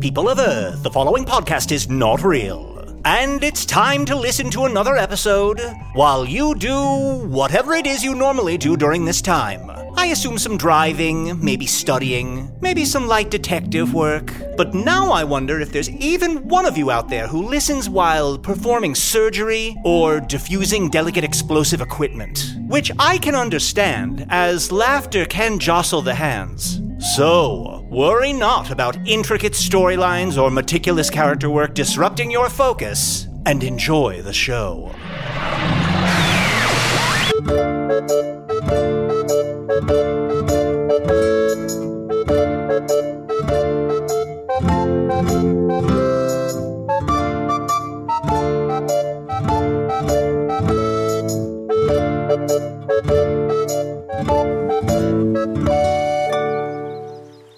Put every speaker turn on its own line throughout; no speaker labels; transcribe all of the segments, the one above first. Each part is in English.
People of Earth, the following podcast is not real. And it's time to listen to another episode while you do whatever it is you normally do during this time. I assume some driving, maybe studying, maybe some light detective work. But now I wonder if there's even one of you out there who listens while performing surgery or diffusing delicate explosive equipment, which I can understand as laughter can jostle the hands. So, worry not about intricate storylines or meticulous character work disrupting your focus, and enjoy the show.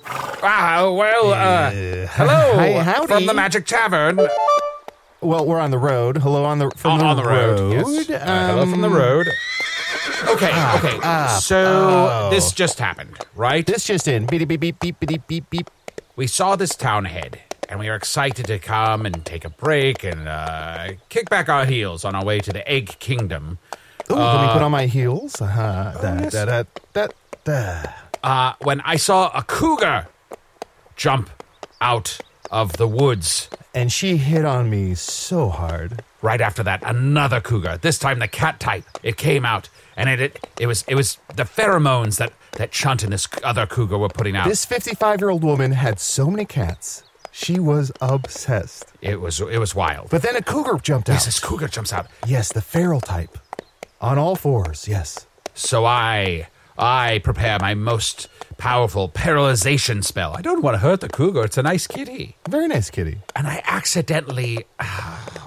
Ah, well, uh, hello
Hi, howdy.
from the Magic Tavern. Uh,
Well, we're on the road. Hello on the from the
on the road, yes.
road. Ah,
Uh, hello from the
Um,
road. Okay, okay. so this just happened, right?
oh. This just in. Beep beep beep beep beep beep beep.
we saw this town ahead, and we are excited to come and take a break and uh, kick back our heels on our way to the Egg Kingdom.
Ooh,
Uh,
let me put on my heels.
oh,
Uh-huh. Da, da, da, da, da.
Uh, when I saw a cougar jump out of the woods.
And she hit on me so hard.
Right after that, another cougar. This time, the cat type. It came out, and it it, it was it was the pheromones that that Chunt and this other cougar were putting out.
This 55 year old woman had so many cats. She was obsessed.
it was it was wild.
But then a cougar jumped out.
Yes, this cougar jumps out.
Yes, the feral type. On all fours, yes.
So I I prepare my most powerful paralyzation spell. I don't want to hurt the cougar. It's a nice kitty.
Very nice kitty.
And I accidentally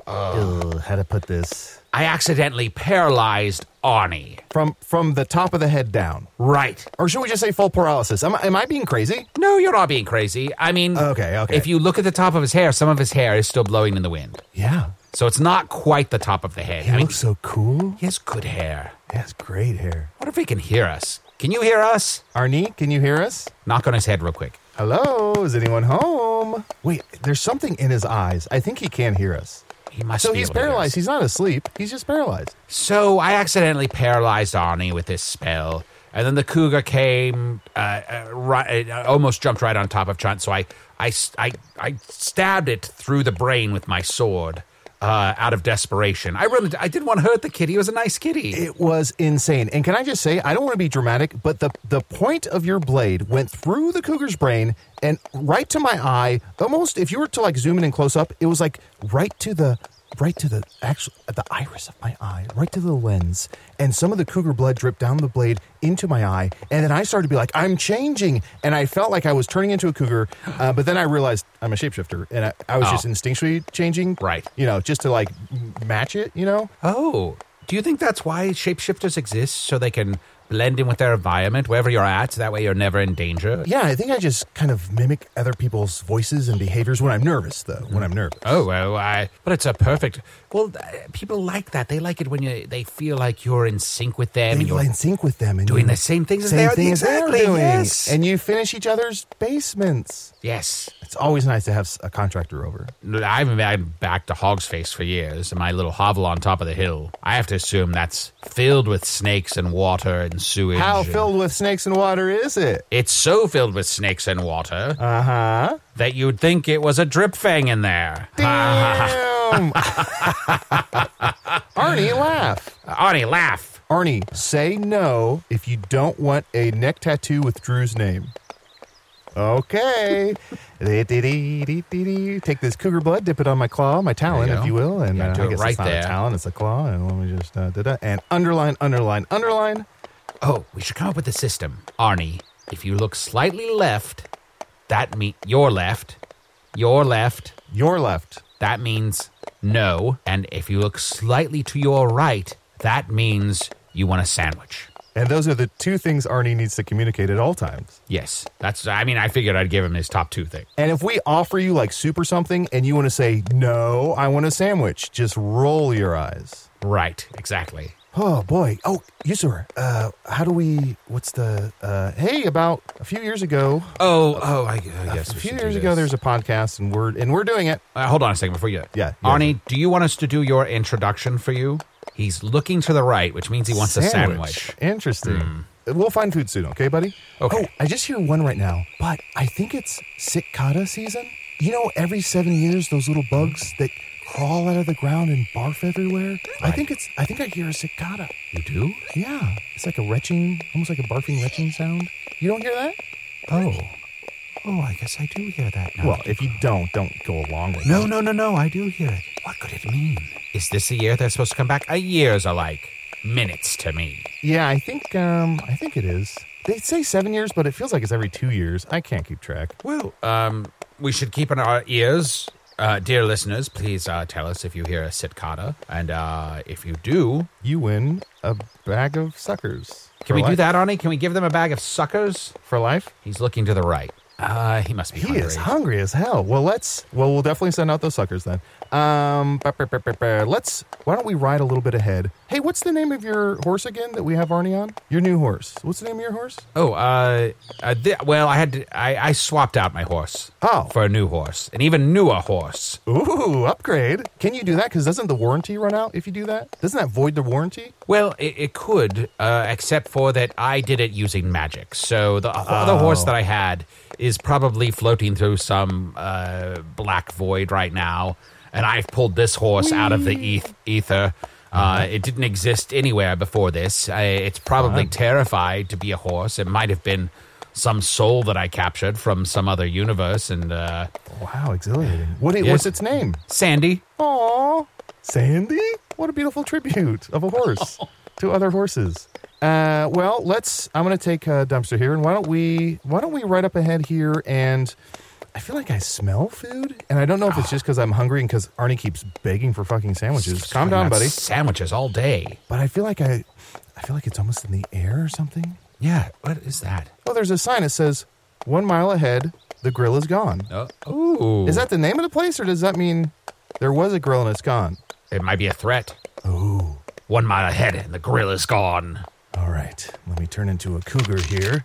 Ugh, how to put this?
I accidentally paralyzed Arnie.
From from the top of the head down.
Right.
Or should we just say full paralysis? Am, I- am I being crazy?
No, you're not being crazy. I mean,
Okay, okay.
If you look at the top of his hair, some of his hair is still blowing in the wind.
Yeah.
So it's not quite the top of the head.
He
I mean,
looks so cool.
he has good hair.
He has great hair.
What if he can hear us? Can you hear us?
Arnie, can you hear us?
Knock on his head real quick.
Hello, is anyone home? Wait, there's something in his eyes. I think he can hear us.
He must
So
be
he's
able to hear us.
paralyzed. He's not asleep. He's just paralyzed.
So I accidentally paralyzed Arnie with this spell, and then the cougar came, uh, uh, right, uh, almost jumped right on top of Chunt. So I, I, s- I- I stabbed it through the brain with my sword. Uh, out of desperation, I really I didn't want to hurt the kitty. It was a nice kitty.
It was insane. And can I just say, I don't want to be dramatic, but the, the point of your blade went through the cougar's brain and right to my eye. Almost, if you were to like zoom in and close up, it was like right to the right to the actual the iris of my eye, right to the lens, and some of the cougar blood dripped down the blade into my eye, and then I started to be like, "I'm changing," and I felt like I was turning into a cougar, uh, but then I realized I'm a shapeshifter, and I, I was
Oh.
just instinctually changing,
Right.
You know, just to like m- match it, you know.
Oh, do you think that's why shapeshifters exist? So they can blend in with their environment wherever you're at? That way you're never in danger?
Yeah, I think I just kind of mimic other people's voices and behaviors when I'm nervous, though. When I'm nervous.
Oh, well, I. But it's a perfect. Well, th- people like that. They like it when you, they feel like you're in sync with them
They
and you're
are in sync with them and
doing
you-
the same things as
same
they are-
thing as they're
exactly,
doing.
yes.
And you finish each other's basements.
Yes.
It's always nice to have s- a contractor over.
I've been back to Hog's Face for years, and my little hovel on top of the hill. I have to assume that's filled with snakes and water and sewage.
How
and-
filled with snakes and water is it?
It's so filled with snakes and water
Uh huh.
that you'd think it was a drip fang in there.
Damn. Arnie, laugh.
Arnie, laugh.
Arnie, say no if you don't want a neck tattoo with Drew's name. Okay. Dee-dee-dee-dee-dee-dee. Take this cougar blood, dip it on my claw, my talon,
you go.
if you will, and
Yeah,
uh,
do
I
it
guess
right
it's not
there.
a talon, it's a claw. And let me just uh, da-da. and underline, underline, underline.
Oh, we should come up with a system. Arnie, if you look slightly left, that means your left, your left,
Your left.
that means no. And if you look slightly to your right, that means you want a sandwich.
And those are the two things Arnie needs to communicate at all times.
Yes, that's. I mean, I figured I'd give him his top two thing.
And if we offer you like soup or something and you want to say, no, I want a sandwich, just roll your eyes.
Right, exactly.
Oh boy. Oh, Yusur, uh, how do we, what's the, uh, hey, about a few years ago,
Oh, oh, I, I guess
a few years ago, there's a podcast and we're, and we're doing it.
Uh, hold on a second before you.
Yeah, yeah.
Arnie, do you want us to do your introduction for you? He's looking to the right, which means he wants a sandwich.
Interesting. We'll find food soon, Mm. okay, buddy?
Okay.
Oh, I just hear one right now, but I think it's cicada season. You know, every seven years, those little bugs that crawl out of the ground and barf everywhere. I think it's. I think I hear a cicada.
You do?
Yeah, it's like a retching, almost like a barfing retching sound. You don't hear that?
Oh. Oh, I guess I do hear that now.
Well, if you don't, don't go along with
no,
it.
no, no, no, I do hear it. What could it mean? Is this a year they're supposed to come back? A year's are like minutes to me.
Yeah, I think. Um, I think it is. They say seven years, but it feels like it's every two years. I can't keep track.
Well, um, we should keep in our ears. Uh, dear listeners, please uh, tell us if you hear a cicada. And uh, if you do,
You win a bag of suckers.
can we
For
do
life.
that, Arnie? Can we give them a bag of suckers?
for life?
He's looking to the right. Uh, he must be
He
hungry.
is hungry as hell. Well, let's. Well, we'll definitely send out those suckers then. Um, ba- ba- ba- ba- ba. let's. Why don't we ride a little bit ahead? Hey, what's the name of your horse again that we have Arnie on? Your new horse. What's the name of your horse?
Oh, uh, uh th- well, I had to, I, I swapped out my horse.
Oh.
for a new horse, an even newer horse.
Ooh, upgrade. Can you do that? Because doesn't the warranty run out if you do that? Doesn't that void the warranty?
Well, it, it could, uh, except for that I did it using magic. So the other horse
Oh.
that I had is probably floating through some uh, black void right now, and I've pulled this horse out of the eth- ether.
Uh-huh.
Uh, it didn't exist anywhere before this. I, it's probably
Uh-huh.
terrified to be a horse. It might have been some soul that I captured from some other universe. And uh,
Wow, exhilarating. What? i-
Yes.
What's its name?
Sandy,
Aw, Sandy. What a beautiful tribute of a horse to other horses. Uh, well, let's. I'm going to take a dumpster here, and why don't we? Why don't we right up ahead here? And I feel like I smell food, and I don't know if it's just because I'm hungry and because Arnie keeps begging for fucking sandwiches. Calm down,
Got
buddy.
Sandwiches all day.
But I feel like I, I feel like it's almost in the air or something.
Yeah, what is that?
Oh, there's a sign that says one mile ahead, the grill is gone.
Oh, ooh.
Is that the name of the place, or does that mean there was a grill and it's gone?
It might be a threat. Ooh. One mile ahead, and the grill is gone.
All right, let me turn into a cougar here.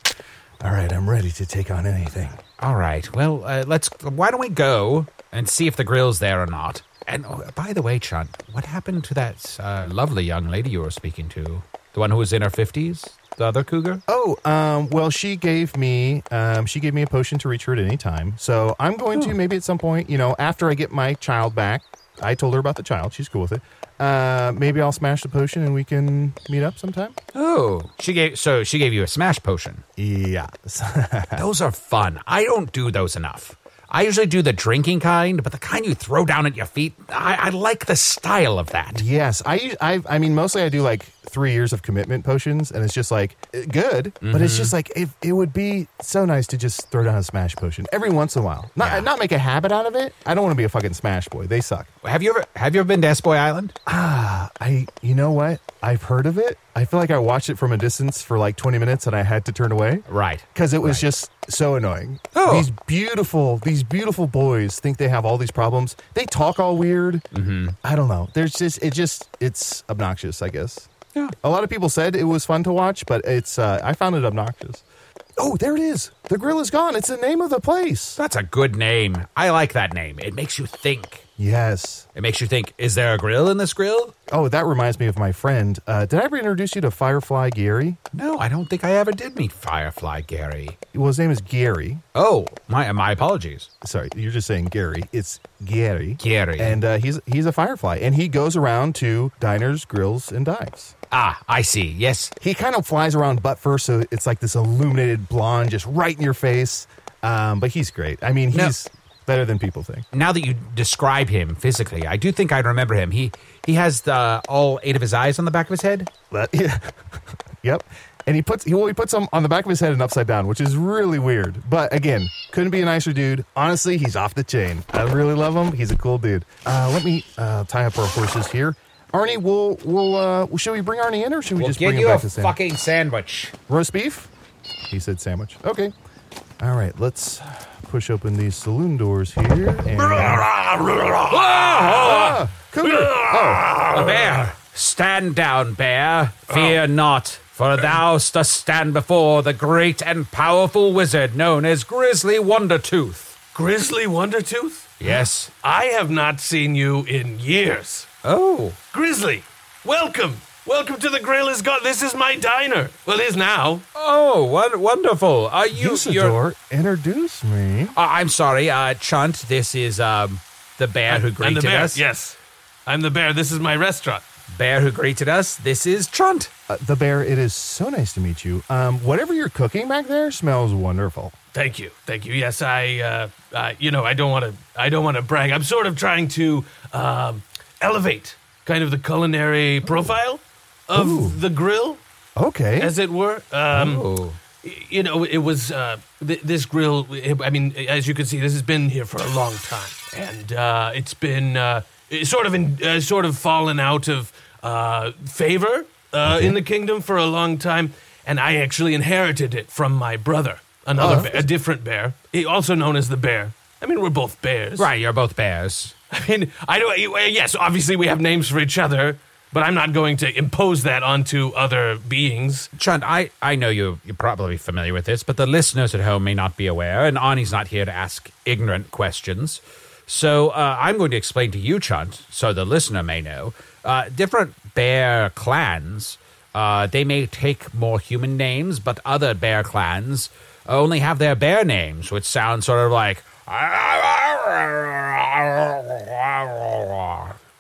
All right, I'm ready to take on anything.
All right. Well, uh, let's. Why don't we go and see if the grill's there or not? And oh, by the way, Chun, what happened to that uh, lovely young lady you were speaking to? The one who was in her fifties, the other cougar.
Oh, um, well, she gave me um, she gave me a potion to reach her at any time. So I'm going to maybe at some point, you know, after I get my child back. I told her about the child. She's cool with it. Uh, maybe I'll smash the potion and we can meet up sometime.
Oh, she gave. So she gave you a smash potion.
Yeah.
Those are fun. I don't do those enough. I usually do the drinking kind, but the kind you throw down at your feet, I, I like the style of that.
Yes, I, I I mean mostly I do like three years of commitment potions, and it's just like eh, good, but it's just like it, it would be so nice to just throw down a smash potion every once in a while. Not not make a habit out of it. I don't want to be a fucking smash boy. They suck.
Have you ever have you ever been to Espoy Island?
I you know what? I've heard of it. I feel like I watched it from a distance for like twenty minutes, and I had to turn away.
Right.
because it was just so annoying.
Oh.
These beautiful, these beautiful boys think they have all these problems. They talk all weird.
Mm-hmm.
I don't know. There's just it just it's obnoxious, I guess.
Yeah.
A lot of people said it was fun to watch, but it's uh, I found it obnoxious. Oh, there it is. The grill is gone. It's the name of the place.
That's a good name. I like that name. It makes you think.
Yes.
It makes you think, is there a grill in this grill?
Oh, that reminds me of my friend. Uh, did I ever introduce you to Firefly Gary?
No, I don't think I ever did meet Firefly Gary.
Well, his name is Gary.
Oh, my my apologies.
sorry, you're just saying Gary. It's Gary.
Gary.
And uh, he's he's a firefly, and he goes around to diners, grills, and dives.
Ah, I see. Yes.
He kind of flies around butt first, so it's like this illuminated blonde just right in your face. Um, but he's great. I mean,
No.
he's better than people think.
Now that you describe him physically, I do think I remember him. He he has the, all eight of his eyes on the back of his head.
But, yeah. yep. And he puts he, well, he puts them on the back of his head and upside down, which is really weird. But again, couldn't be a nicer dude. Honestly, he's off the chain. I really love him. He's a cool dude. Uh, let me uh, tie up our horses here. Arnie, we'll we'll uh, should we bring Arnie in or should we
We'll
just
give
bring him
you a
back to Sam?
fucking sandwich.
Roast beef? He said sandwich. Okay. All right, let's push open these saloon doors here. And, Ah, cougar. Oh,
Uh, Bear, stand down, bear. Fear not, for thou dost stand before the great and powerful wizard known as Grizzly Wondertooth.
Grizzly Wondertooth?
Yes.
I have not seen you in years.
Oh.
Grizzly, welcome. Welcome to the Grill is Gone. This is my diner. Well, it is now.
Oh, won- wonderful. Are you? You're,
Usador, introduce me.
Uh, I'm sorry, uh, Chunt. This is um, the bear who
I'm
greeted
the bear.
us.
Yes. I'm the bear. This is my restaurant.
Bear who greeted us. This is Chunt.
Uh, the bear, it is so nice to meet you. Um, whatever you're cooking back there smells wonderful.
Thank you. Thank you. Yes, I uh, uh you know, I don't want to I don't want to brag. I'm sort of trying to um elevate kind of the culinary profile of the grill,
Okay.
as it were. Um
Oh.
you know, it was uh, th- this grill. It, I mean, as you can see, this has been here for a long time, and uh, it's been uh, it's sort of in, uh, sort of fallen out of uh, favor uh, in the kingdom for a long time. And I actually inherited it from my brother, another bear, a different bear, he- also known as the bear. I mean, we're both bears,
Right, you're both bears.
I mean, I don't. uh, Yes, obviously we have names for each other, but I'm not going to impose that onto other beings.
Chunt, I, I know you're, you're probably familiar with this, but the listeners at home may not be aware, and Arnie's not here to ask ignorant questions. So uh, I'm going to explain to you, Chunt, so the listener may know. Uh, different bear clans, uh, they may take more human names, but other bear clans only have their bear names, which sound sort of like.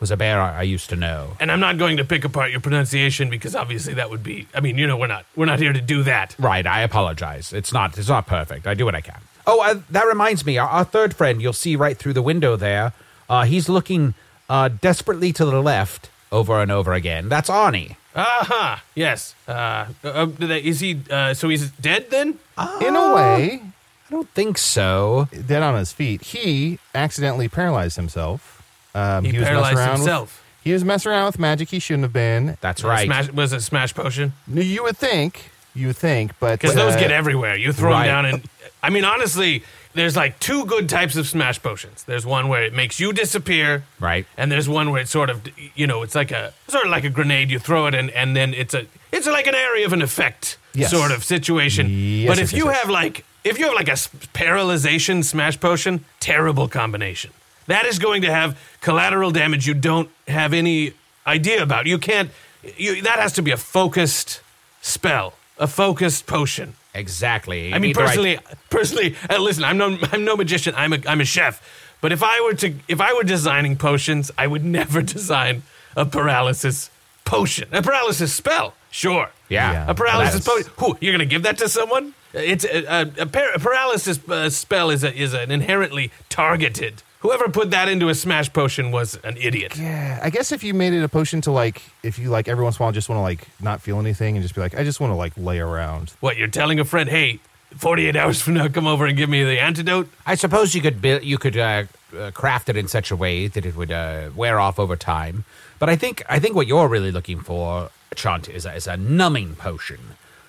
Was a bear I I used to know.
and I'm not going to pick apart your pronunciation because obviously that would be. I mean, you know, we're not we're not here to do that.
Right, I apologize. It's not it's not perfect. I do what I can. Oh, uh, that reminds me. Our, our third friend, you'll see right through the window there. Uh, he's looking uh, desperately to the left over and over again. That's Arnie.
Aha! Yes. Uh, uh, is he? Uh, so he's dead then?
in a way,
I don't think so.
dead on his feet, he accidentally paralyzed himself. Um,
He
was messing
paralyzed
around with-
himself.
he was messing around with magic he shouldn't have been.
That's right.
Smash, was it smash potion?
You would think, you would think, but
Because those
uh,
get everywhere. You throw
right.
them down, and I mean, honestly, there's like two good types of smash potions. There's one where it makes you disappear,
Right.
and there's one where it's sort of, you know, it's like a sort of like a grenade. You throw it, and and then it's a it's like an area of an effect
Yes.
sort of situation.
Yes,
but
yes,
if
yes,
you
yes.
have like if you have like a s- paralyzation smash potion, terrible combination. That is going to have collateral damage you don't have any idea about. You can't. You, that has to be a focused spell, a focused potion.
Exactly.
I mean,
Either
personally, personally, uh, listen, I'm no, I'm no magician. I'm a, I'm a chef. But if I were to, if I were designing potions, I would never design a paralysis potion, a paralysis spell. Sure.
Yeah. Yeah.
A paralysis
That's-
potion. Who you're gonna give that to someone? It's a, a, a par- paralysis uh, spell is a, is an inherently targeted. Whoever put that into a smash potion was an idiot.
Yeah, I guess if you made it a potion to like, if you like every once in a while just want to like not feel anything and just be like, I just want to like lay around.
What you're telling a friend? Hey, 48 hours from now, come over and give me the antidote.
I suppose you could build, you could uh, uh, craft it in such a way that it would uh, wear off over time. But I think I think what you're really looking for, Chant, is a, is a numbing potion,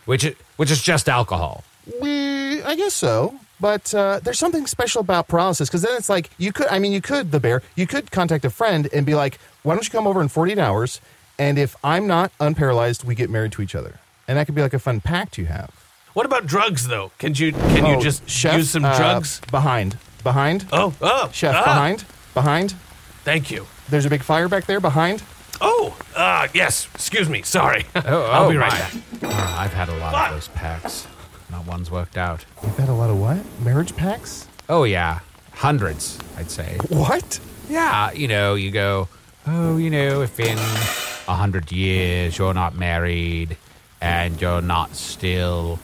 which i- which is just alcohol.
We, I guess so. But uh, there's something special about paralysis because then it's like you could. I mean, you could the bear. You could contact a friend and be like, "Why don't you come over in 48 hours? And if I'm not unparalyzed, we get married to each other." And that could be like a fun pact you have.
What about drugs, though? Can you can you
Oh,
just
chef,
use some
uh,
drugs?
behind, behind,
Oh, oh,
chef,
ah,
behind, behind.
Thank you.
There's a big fire back there behind.
Oh, uh, yes. Excuse me. Sorry.
Oh,
I'll be right back.
Uh, I've had a lot
Fuck.
of those packs. Not one's worked out.
You've had a lot of what? Marriage packs?
Oh yeah, hundreds, I'd say.
What?
Yeah, you know, you go, oh, you know, if in a hundred years you're not married and you're not still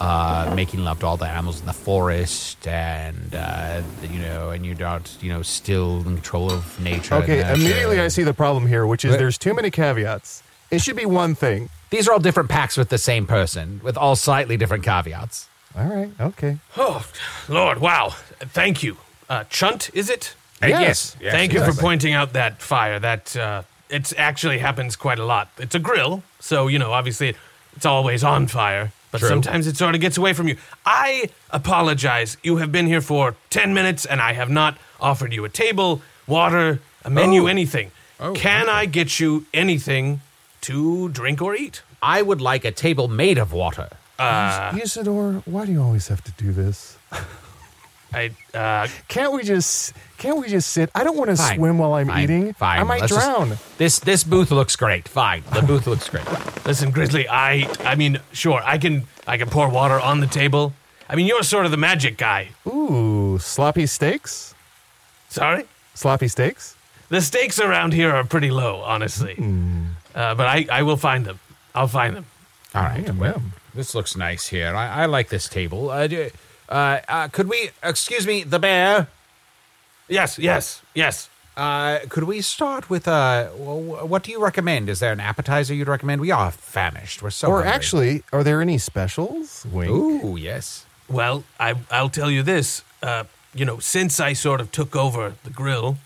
uh, making love to all the animals in the forest, and uh, you know, and you're not, you know, still in control of nature. and
Okay,
nurture.
immediately I see the problem here, which is
Wait.
there's too many caveats. It should be one thing.
These are all different packs with the same person, with all slightly different caveats.
All right, okay.
Oh, Lord, wow. Thank you. Uh, Chunt, is it?
Yes.
yes,
Thank you for
exactly.
pointing out that fire. That uh, it actually happens quite a lot. It's a grill, so, you know, obviously it's always on fire, but
True.
sometimes it sort of gets away from you. I apologize. You have been here for 10 minutes, and I have not offered you a table, water, a menu,
Oh.
anything. Can I get you anything to drink or eat? Uh,
I would like a table made of water.
Ah. Isidore, why do you always have to do this?
I, uh,
Can't we just can't we just sit? I don't want to
Fine.
swim while I'm
Fine.
eating.
Fine.
I might
Let's just-
drown.
this this booth looks great. Fine. The booth looks great.
Listen, Grizzly, I I mean, sure, I can I can pour water on the table. I mean, you're sort of the magic guy.
Ooh, sloppy steaks?
Sorry?
Sloppy steaks?
The stakes around here are pretty low, honestly.
Hmm.
Uh, but I, I will find them. I'll find them.
All right. well, this looks nice here. I, I like this table. Uh, do, uh, uh, could we, excuse me, the bear?
Yes, yes, yes.
Uh, could we start with uh, wh- what do you recommend? Is there an appetizer you'd recommend? We are famished. We're so.
Or
hungry.
actually, are there any specials? Wink.
ooh, yes.
Well, I, I'll tell you this. Uh, you know, since I sort of took over the grill,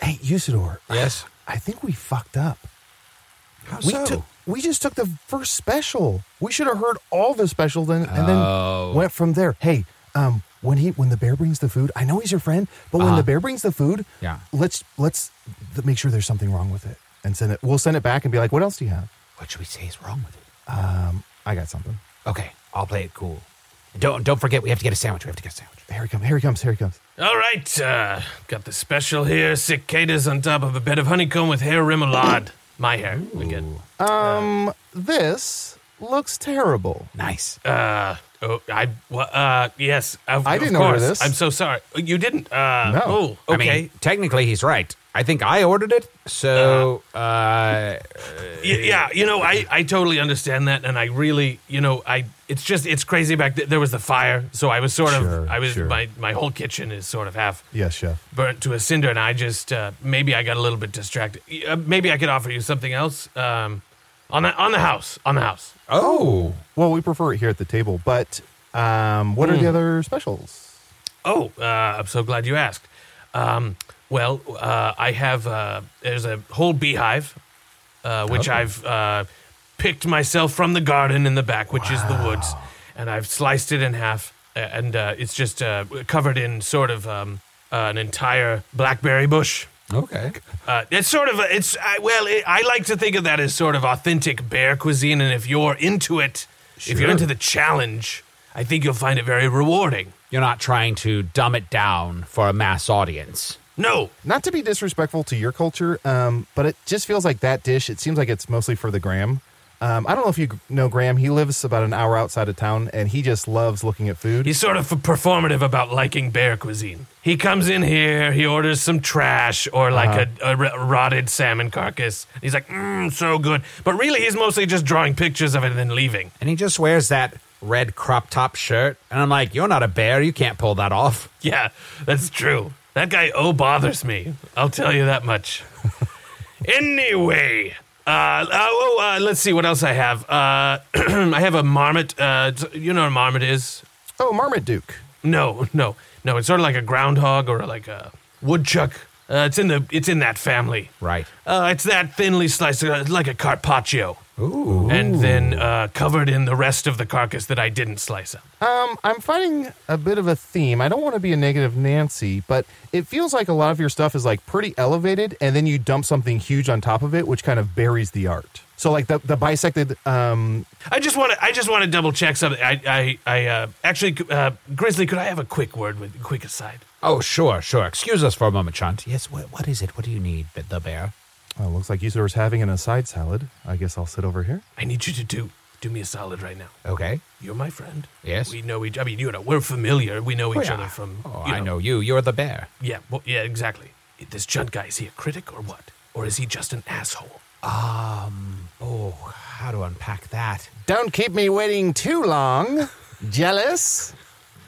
Hey, Usador.
Yes?
I think we fucked up.
How
we
so?
took we just took the first special. We should have heard all the special then and
Oh.
then went from there. Hey, um when he when the bear brings the food, I know he's your friend, but when the bear brings the food,
Uh-huh. Yeah.
let's let's th- make sure there's something wrong with it and send it. We'll send it back and be like, "What else do you have?"
what should we say is wrong with it?
Um, I got something.
Okay, I'll play it cool. Don't don't forget we have to get a sandwich. We have to get a sandwich.
Here he comes. Here he comes. Here he comes.
All right, uh, got the special here. Cicadas on top of a bed of honeycomb with hair remoulade. My hair, again.
Um, this looks terrible.
Nice.
Uh, oh, I, wha- uh, yes, of,
I
of
didn't order
course.
this.
I'm so sorry. You didn't? Uh,
No.
Oh,
I
okay.
mean, technically he's right. I think I ordered it. So uh,
eh,
Y- yeah, you know, I, I totally understand that, and I really, you know, I it's just it's crazy back th- there was the fire, so I was sort
Sure,
of I was
sure.
my my whole kitchen is sort of half
Yes, chef.
burnt to a cinder, and I just uh, maybe I got a little bit distracted. Y- Uh, maybe I could offer you something else um, on the on the house on the house.
oh,
Well, we prefer it here at the table, but um, what are the other specials?
Oh, uh, I'm so glad you asked. Um, well, uh, I have uh, there's a whole beehive, uh, which I've uh, picked myself from the garden in the back, which is the woods, and I've sliced it in half, a- and uh, it's just uh, covered in sort of um, uh, an entire blackberry bush.
okay.
Uh, it's sort of a, it's I, well, it, I like to think of that as sort of authentic bear cuisine, and if you're into it, if
Sure.
you're into the challenge, I think you'll find it very rewarding.
You're not trying to dumb it down for a mass audience.
No,
Not to be disrespectful to your culture, um, but it just feels like that dish. It seems like it's mostly for the Graham. Um, I don't know if you g- know Graham. He lives about an hour outside of town, and he just loves looking at food.
He's sort of performative about liking bear cuisine. He comes in here, he orders some trash or like a, a r- rotted salmon carcass. He's like, mmm, so good. But really, he's mostly just drawing pictures of it and then leaving.
And he just wears that red crop top shirt. And I'm like, you're not a bear. You can't pull that off.
Yeah, that's true. That guy, oh, bothers me. I'll tell you that much. anyway, uh, uh, oh, uh, let's see what else I have. Uh, I have a marmot. Uh, t- you know what a marmot is?
oh, Marmaduke.
No, no, no. It's sort of like a groundhog or like a woodchuck. Uh, it's in the it's in that family.
Right.
Uh, it's that thinly sliced, uh, like a carpaccio. Ooh. And then uh, covered in the rest of the carcass that I didn't slice up.
Um, I'm finding a bit of a theme. I don't want to be a negative Nancy, but it feels like a lot of your stuff is like pretty elevated, and then you dump something huge on top of it, which kind of buries the art. So, like the the bisected. Um,
I just want to I just want to double check something. I I, I uh, actually uh, Grizzly, could I have a quick word with quick aside?
Oh, sure, sure. Excuse us for a moment, Chant. Yes, what, what is it? What do you need, Bit the Bear?
oh, looks like Usador's having an aside salad. I guess I'll sit over here.
I need you to do do me a solid right now.
Okay.
You're my friend.
Yes.
We know each. I mean, you know, we're familiar. We know each other from.
Oh,
you
I know you. You're the bear.
Yeah, well, yeah, exactly. This Judd guy, is he a critic or what? Or is he just an asshole?
Oh, how to unpack that?
Don't keep me waiting too long. Jealous?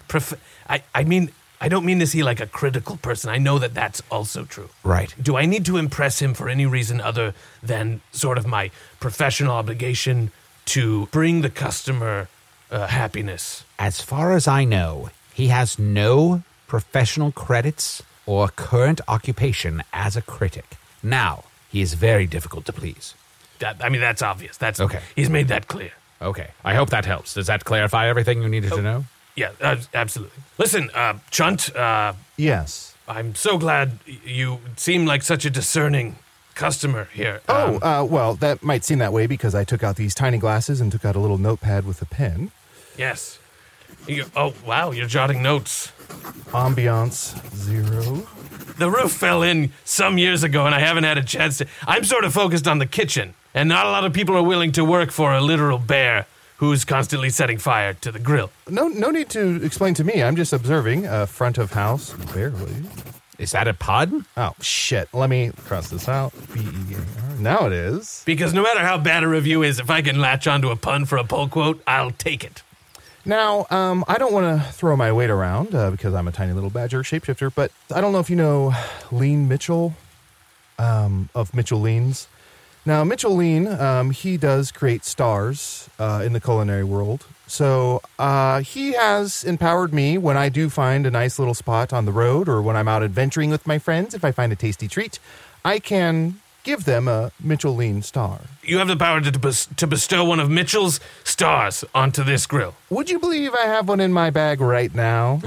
Prof- I, I mean, I don't mean is he like a critical person. I know that that's also true.
Right.
Do I need to impress him for any reason other than sort of my professional obligation to bring the customer uh, happiness?
As far as I know, he has no professional credits or current occupation as a critic. Now, he is very difficult to please.
That, I mean, that's obvious. That's
Okay.
He's made that clear.
Okay. I hope that helps. Does that clarify everything you needed to know?
Yeah, uh, absolutely. Listen, uh, Chunt, uh,
Yes.
I'm so glad y- you seem like such a discerning customer here.
Oh,
Um,
uh, well, that might seem that way because I took out these tiny glasses and took out a little notepad with a pen.
Yes. You, oh, wow, you're jotting notes.
Ambiance zero.
The roof fell in some years ago, and I haven't had a chance to. I'm sort of focused on the kitchen, and not a lot of people are willing to work for a literal bear who's constantly setting fire to the grill.
No, no need to explain to me. I'm just observing. Uh, front of house, barely.
Is that a pun?
Oh, shit. Let me cross this out. B E A R. Now it is.
Because no matter how bad a review is, if I can latch onto a pun for a pull quote, I'll take it.
Now, um, I don't want to throw my weight around uh, because I'm a tiny little badger shapeshifter, but I don't know if you know Lean Mitchell um, of Mitchell Leans. Now, Mitchell Lean, um, he does create stars uh, in the culinary world. So uh, he has empowered me when I do find a nice little spot on the road or when I'm out adventuring with my friends. If I find a tasty treat, I can give them a Mitchell Lean star.
You have the power to, bes- to bestow one of Mitchell's stars onto this grill.
Would you believe I have one in my bag right now?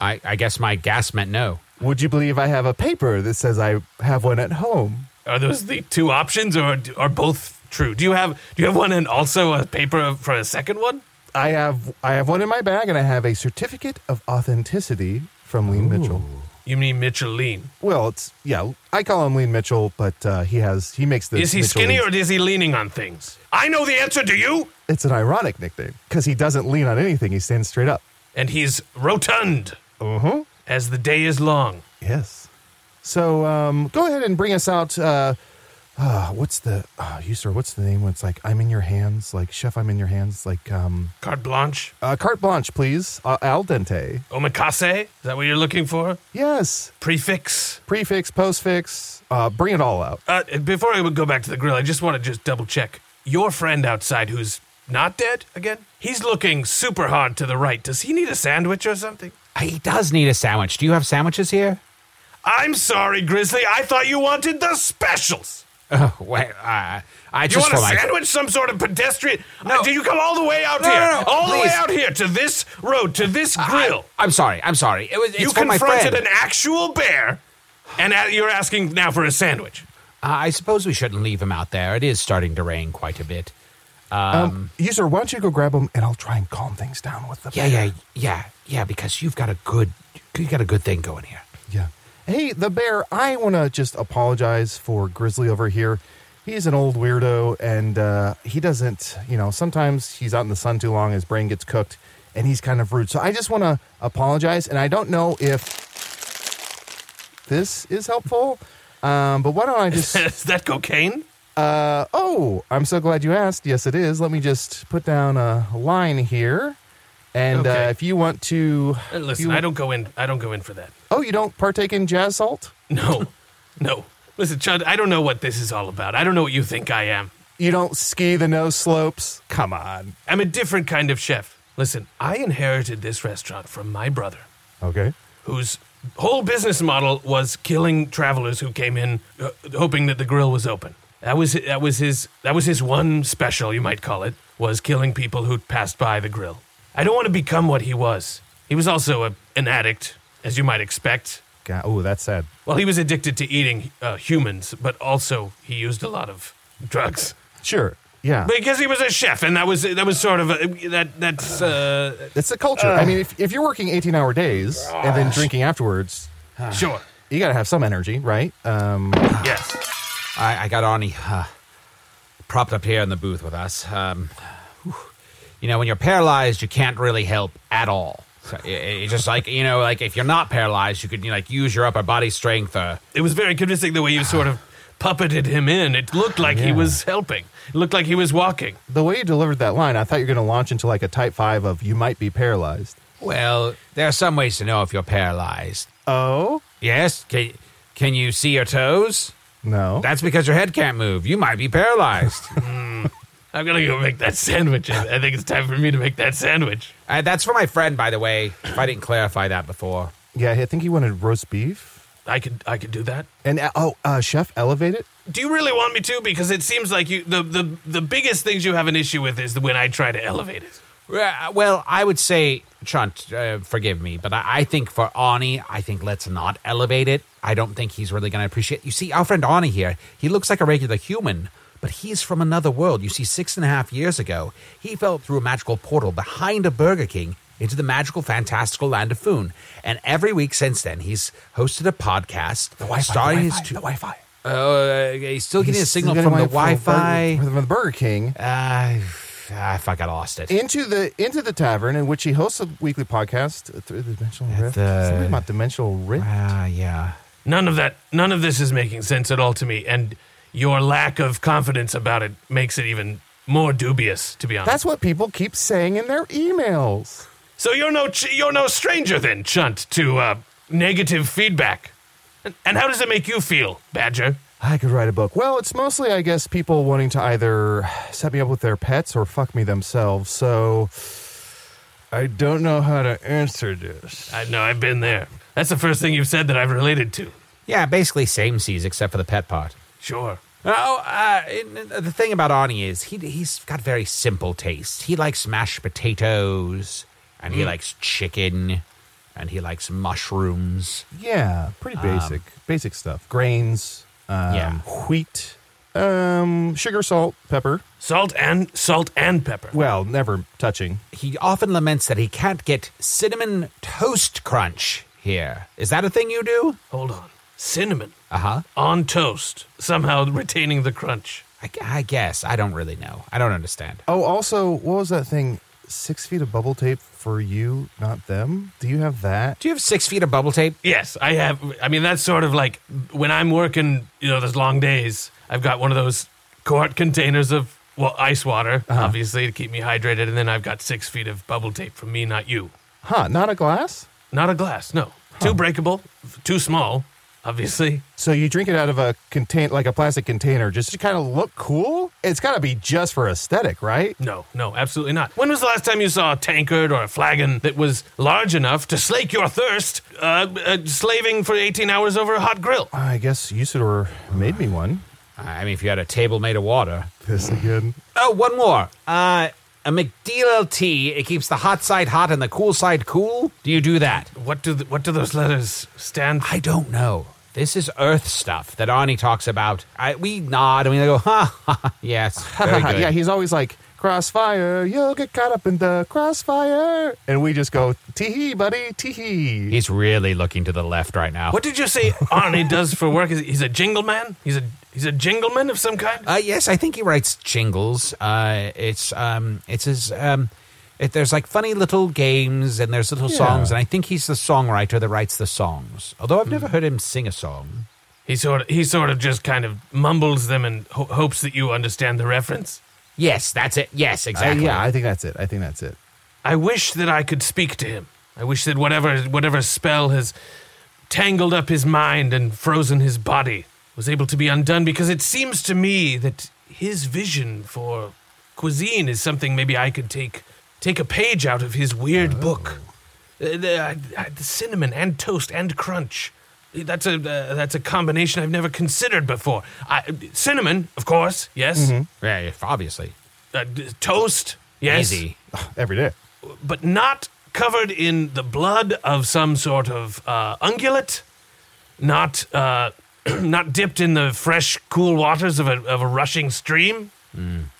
I, I guess my gas meant no.
Would you believe I have a paper that says I have one at home?
Are those the two options, or d- are both true? Do you have do you have one and also a paper for a second one?
I have I have one in my bag and I have a certificate of authenticity from Lean Mitchell.
You mean Mitchelline?
Well, it's yeah, I call him Lean Mitchell, but uh, he has he makes this
Is he
Mitchell
skinny
Leans-
or is he leaning on things? I know the answer. Do you?
It's an ironic nickname because he doesn't lean on anything, he stands straight up.
And he's rotund,
Uh-huh.
as the day is long.
Yes. So um, go ahead and bring us out uh, uh what's the uh user what's the name when it's like I'm in your hands, like chef I'm in your hands, like um
Carte blanche,
uh, carte blanche, please. Uh, al dente.
omakase. Is that what you're looking for?
Yes.
Prefix.
prefix, postfix, uh, bring it all out.
Uh, before I would go back to the grill, I just want to just double check. Your friend outside who's not dead again? He's looking super hard to the right. Does he need a sandwich or something?
Uh, He does need a sandwich. Do you have sandwiches here?
I'm sorry, Grizzly. I thought you wanted the specials.
Oh, wait, uh, I
You
just
want a
for my-
sandwich? Some sort of pedestrian?
No.
Uh, did you come all the way out
No,
here?
no, no,
all the way
please.
out here to this road, to this
I-
grill.
I'm sorry. I'm sorry. It was it's
you
for my
confronted
friend.
an actual bear, and uh, you're asking now for a sandwich.
Uh, I suppose we shouldn't leave him out there. It is starting to rain quite a bit.
Um, user, why don't you go grab them and I'll try and calm things down with them.
Yeah, yeah, yeah, yeah. Because you've got a good, you got a good thing going here.
Yeah. Hey, the bear, I want to just apologize for Grizzly over here. He's an old weirdo and uh, he doesn't, you know, sometimes he's out in the sun too long, his brain gets cooked, and he's kind of rude. So I just want to apologize. And I don't know if this is helpful, um, but why don't I just.
is that cocaine?
Uh, oh, I'm so glad you asked. Yes, it is. Let me just put down a line here. And
Okay.
uh, if you want to.
Uh, Listen,
you-
I don't go in. I don't go in for that.
Oh, you don't partake in jazz salt?
No, no. Listen, Chud, I don't know what this is all about. I don't know what you think I am.
You don't ski the nose slopes? Come on.
I'm a different kind of chef. Listen, I inherited this restaurant from my brother,
Okay.
whose whole business model was killing travelers who came in uh, hoping that the grill was open. That was that was his that was his one special, you might call it, was killing people who passed by the grill. I don't want to become what he was. He was also a, an addict, as you might expect.
Oh, that's sad.
Well, he was addicted to eating uh, humans, but also he used a lot of drugs.
Sure. Yeah.
Because he was a chef, and that was that was sort of a, that that's uh,
it's the culture. I mean, if, if you're working 18 hour days and then drinking afterwards,
sure.
you got to have some energy, right? Um,
Yes,
I, I got Arnie uh, propped up here in the booth with us. Um, whew. you know, when you're paralyzed, you can't really help at all. So it, it's just like you know, like if you're not paralyzed, you could you know, like use your upper body strength. Uh,
it was very convincing the way you sort of puppeted him in. It looked like he was helping. It looked like he was walking.
the way you delivered that line, I thought you were going to launch into like a type five of you might be paralyzed.
well, there are some ways to know if you're paralyzed.
Oh?
Yes, can, can you see your toes?
No.
That's because your head can't move. You might be paralyzed.
I'm gonna go make that sandwich. I I think it's time for me to make that sandwich.
uh, that's for my friend, by the way. If I didn't clarify that before.
yeah, I think he wanted roast beef.
I could I could do that.
And uh, oh, uh, chef, elevate it.
Do you really want me to? Because it seems like you the the the biggest things you have an issue with is when I try to elevate it.
Uh, Well, I would say, Chunt, uh, forgive me, but I, I think for Arnie, I think let's not elevate it. I don't think he's really going to appreciate. You see, our friend Arnie here, he looks like a regular human, but he's from another world. You see, six and a half years ago, he fell through a magical portal behind a Burger King into the magical, fantastical land of Foon. And every week since then, he's hosted a podcast. The Wi-Fi, starting his two-
Wi-Fi.
Uh, he's still getting a signal
He's
from the
getting Wi-Fi
Wi-Fi.
from the Burger King.
Uh, Ah, if I got lost it.
into the into the tavern in which he hosts a weekly podcast through the dimensional rift.
the-
Something about dimensional rift.
Ah, yeah.
None of that, none of this is making sense at all to me, and your lack of confidence about it makes it even more dubious, to be honest.
That's what people keep saying in their emails.
so you're no, ch- you're no stranger then, Chunt, to uh, negative feedback. And, and how does it make you feel, Badger?
I could write a book. Well, it's mostly, I guess, people wanting to either set me up with their pets or fuck me themselves. So I don't know how to answer this.
I know I've been there. That's the first thing you've said that I've related to.
Yeah, basically same seas except for the pet part.
Sure.
Oh, uh, it- the thing about Arnie is he he's got very simple taste. He likes mashed potatoes, and he likes chicken, and he likes mushrooms.
Yeah, pretty basic, basic stuff. Grains, um,
Yeah.
wheat, um, sugar, salt, pepper.
Salt and salt and pepper.
Well, never touching.
He often laments that he can't get cinnamon toast crunch here. Is that a thing you do?
Hold on. Cinnamon
Uh huh.
on toast, somehow retaining the crunch.
I, I guess I don't really know. I don't understand.
Oh, also, what was that thing? Six feet of bubble tape for you, not them. Do you have that?
Do you have six feet of bubble tape?
Yes, I have. I mean, that's sort of like when I'm working, you know, those long days, I've got one of those quart containers of, well, ice water, obviously, to keep me hydrated. And then I've got six feet of bubble tape from me, not you.
Huh? Not a glass.
Not a glass, no. Too breakable, f- too small, obviously.
So you drink it out of a contain, like a plastic container, just to kind of look cool. It's got to be just for aesthetic, right?
No, no, absolutely not. When was the last time you saw a tankard or a flagon that was large enough to slake your thirst, uh, uh, slaving for 18 hours over a hot grill?
I guess Usador made me one.
I mean, if you had a table made of water.
This again.
Oh, one more. Uh, a McDLT. It keeps the hot side hot and the cool side cool. Do you do that?
What do, th- what do those letters stand for?
I don't know. This is Earth stuff that Arnie talks about. I, we nod and we go, ha, ha, ha, yes, very good.
yeah, he's always like crossfire. You'll get caught up in the crossfire, and we just go tee hee, buddy, tee hee.
He's really looking to the left right now.
What did you say Arnie does for work? Is He's a jingle man? He's a, he's a jingle man of some kind?
Uh, yes, I think he writes jingles. Uh, it's um, it's his um, it, there's like funny little games and there's little songs, and I think he's the songwriter that writes the songs. Although I've never heard him sing a song.
He sort of, he sort of just kind of mumbles them and ho- hopes that you understand the reference.
Yes, that's it. Yes,
Uh,
exactly.
yeah, I think that's it. I think that's it.
I wish that I could speak to him. I wish that whatever whatever spell has tangled up his mind and frozen his body was able to be undone because it seems to me that his vision for cuisine is something maybe I could take take a page out of his weird book. Uh, the, I- I- the cinnamon and toast and crunch. That's a uh, that's a combination I've never considered before. I, cinnamon, of course, yes.
Yeah, yeah, obviously.
Uh, d- toast, yes
Easy.
Every day.
but not covered in the blood of some sort of uh, ungulate, not uh, not dipped in the fresh, cool waters of a, of a rushing stream.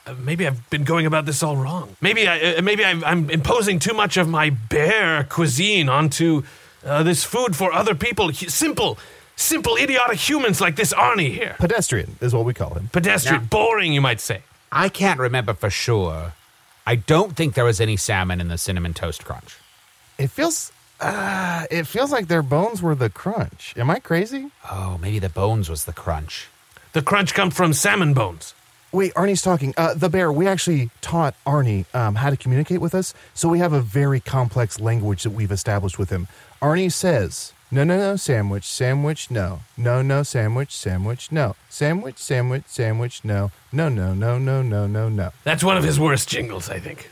Uh, maybe I've been going about this all wrong. Maybe I, uh, maybe I'm, I'm imposing too much of my bear cuisine onto uh, this food for other people. H- simple, simple, idiotic humans like this Arnie here.
Pedestrian is what we call him.
Pedestrian, boring, you might say.
I can't remember for sure. I don't think there was any salmon in the cinnamon toast crunch.
It feels. Uh, it feels like their bones were the crunch. Am I crazy?
Oh, maybe the bones was the crunch.
The crunch comes from salmon bones.
Wait, Arnie's talking. Uh, the bear, we actually taught Arnie um, how to communicate with us, so we have a very complex language that we've established with him. Arnie says, no, no, no, sandwich, sandwich, no. No, no, sandwich, sandwich, no. Sandwich, sandwich, sandwich, no. No, no, no, no, no, no, no.
That's one of his worst jingles, I think.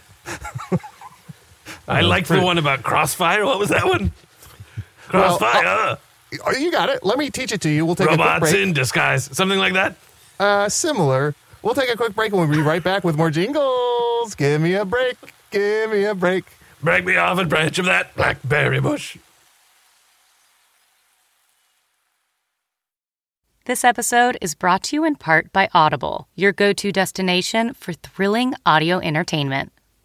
I like the one about crossfire. What was that one? Crossfire. uh,
Oh, you got it. Let me teach it to you. We'll take a quick
robots
break.
in disguise. Something like that.
Uh, similar. We'll take a quick break and we'll be right back with more jingles. Give me a break. Give me a break.
Break me off a branch of that blackberry bush.
This episode is brought to you in part by Audible, your go to destination for thrilling audio entertainment.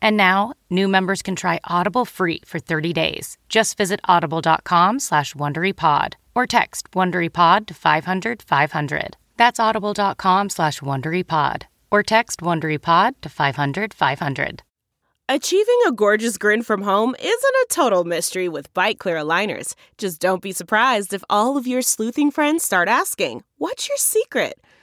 And now, new members can try Audible free for 30 days. Just visit audible.com slash WonderyPod or text WonderyPod to 500, 500. That's audible.com slash WonderyPod or text WonderyPod to 500, 500.
Achieving a gorgeous grin from home isn't a total mystery with bite clear aligners. Just don't be surprised if all of your sleuthing friends start asking, What's your secret?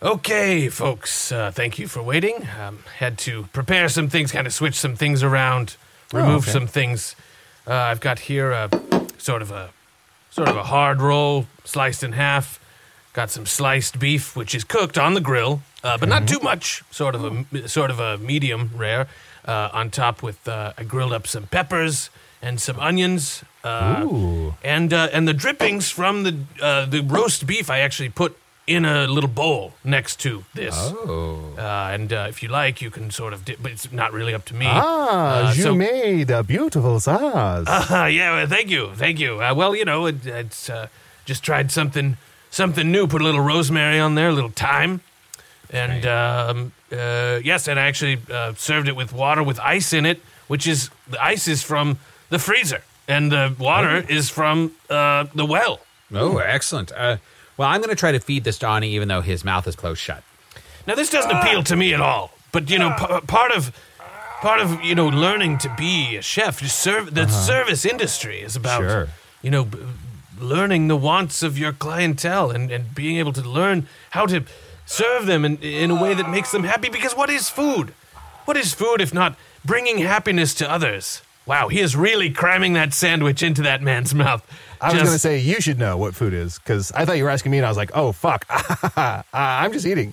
Okay, folks, uh, thank you for waiting. Um, had to prepare some things, kind of switch some things around, remove
Oh, okay.
some things. Uh, I've got here a sort of a sort of a hard roll, sliced in half. Got some sliced beef, which is cooked on the grill, uh, but not
Mm-hmm.
too much. Sort of a sort of a medium rare. Uh, on top with uh, I grilled up some peppers and some onions. Uh,
Ooh.
and uh, and the drippings from the uh, the roast beef I actually put in a little bowl next to this.
Oh.
Uh, and uh, if you like, you can sort of, dip, but it's not really up to me.
Ah,
Uh,
you
so-
made a beautiful sauce.
Uh-huh, yeah, well, thank you, thank you. Uh, well, you know, it, it's uh, just tried something something new. Put a little rosemary on there, a little thyme, and um, uh, yes, and I actually uh, served it with water with ice in it, which is the ice is from the freezer, and the water is from uh, the well.
Oh, excellent. Uh, well, I'm going to try to feed this Donnie, even though his mouth is closed shut.
Now, this doesn't appeal to me at all. But you know, p- part of part of you know learning to be a chef, just serve the service industry is about
Sure.
you know b- learning the wants of your clientele and and being able to learn how to serve them in in a way that makes them happy. Because what is food? What is food if not bringing happiness to others? Wow, he is really cramming that sandwich into that man's mouth.
I was going to
Just-
say you should know what food is because I thought you were asking me, and I was like, "Oh fuck, Uh, I'm just eating."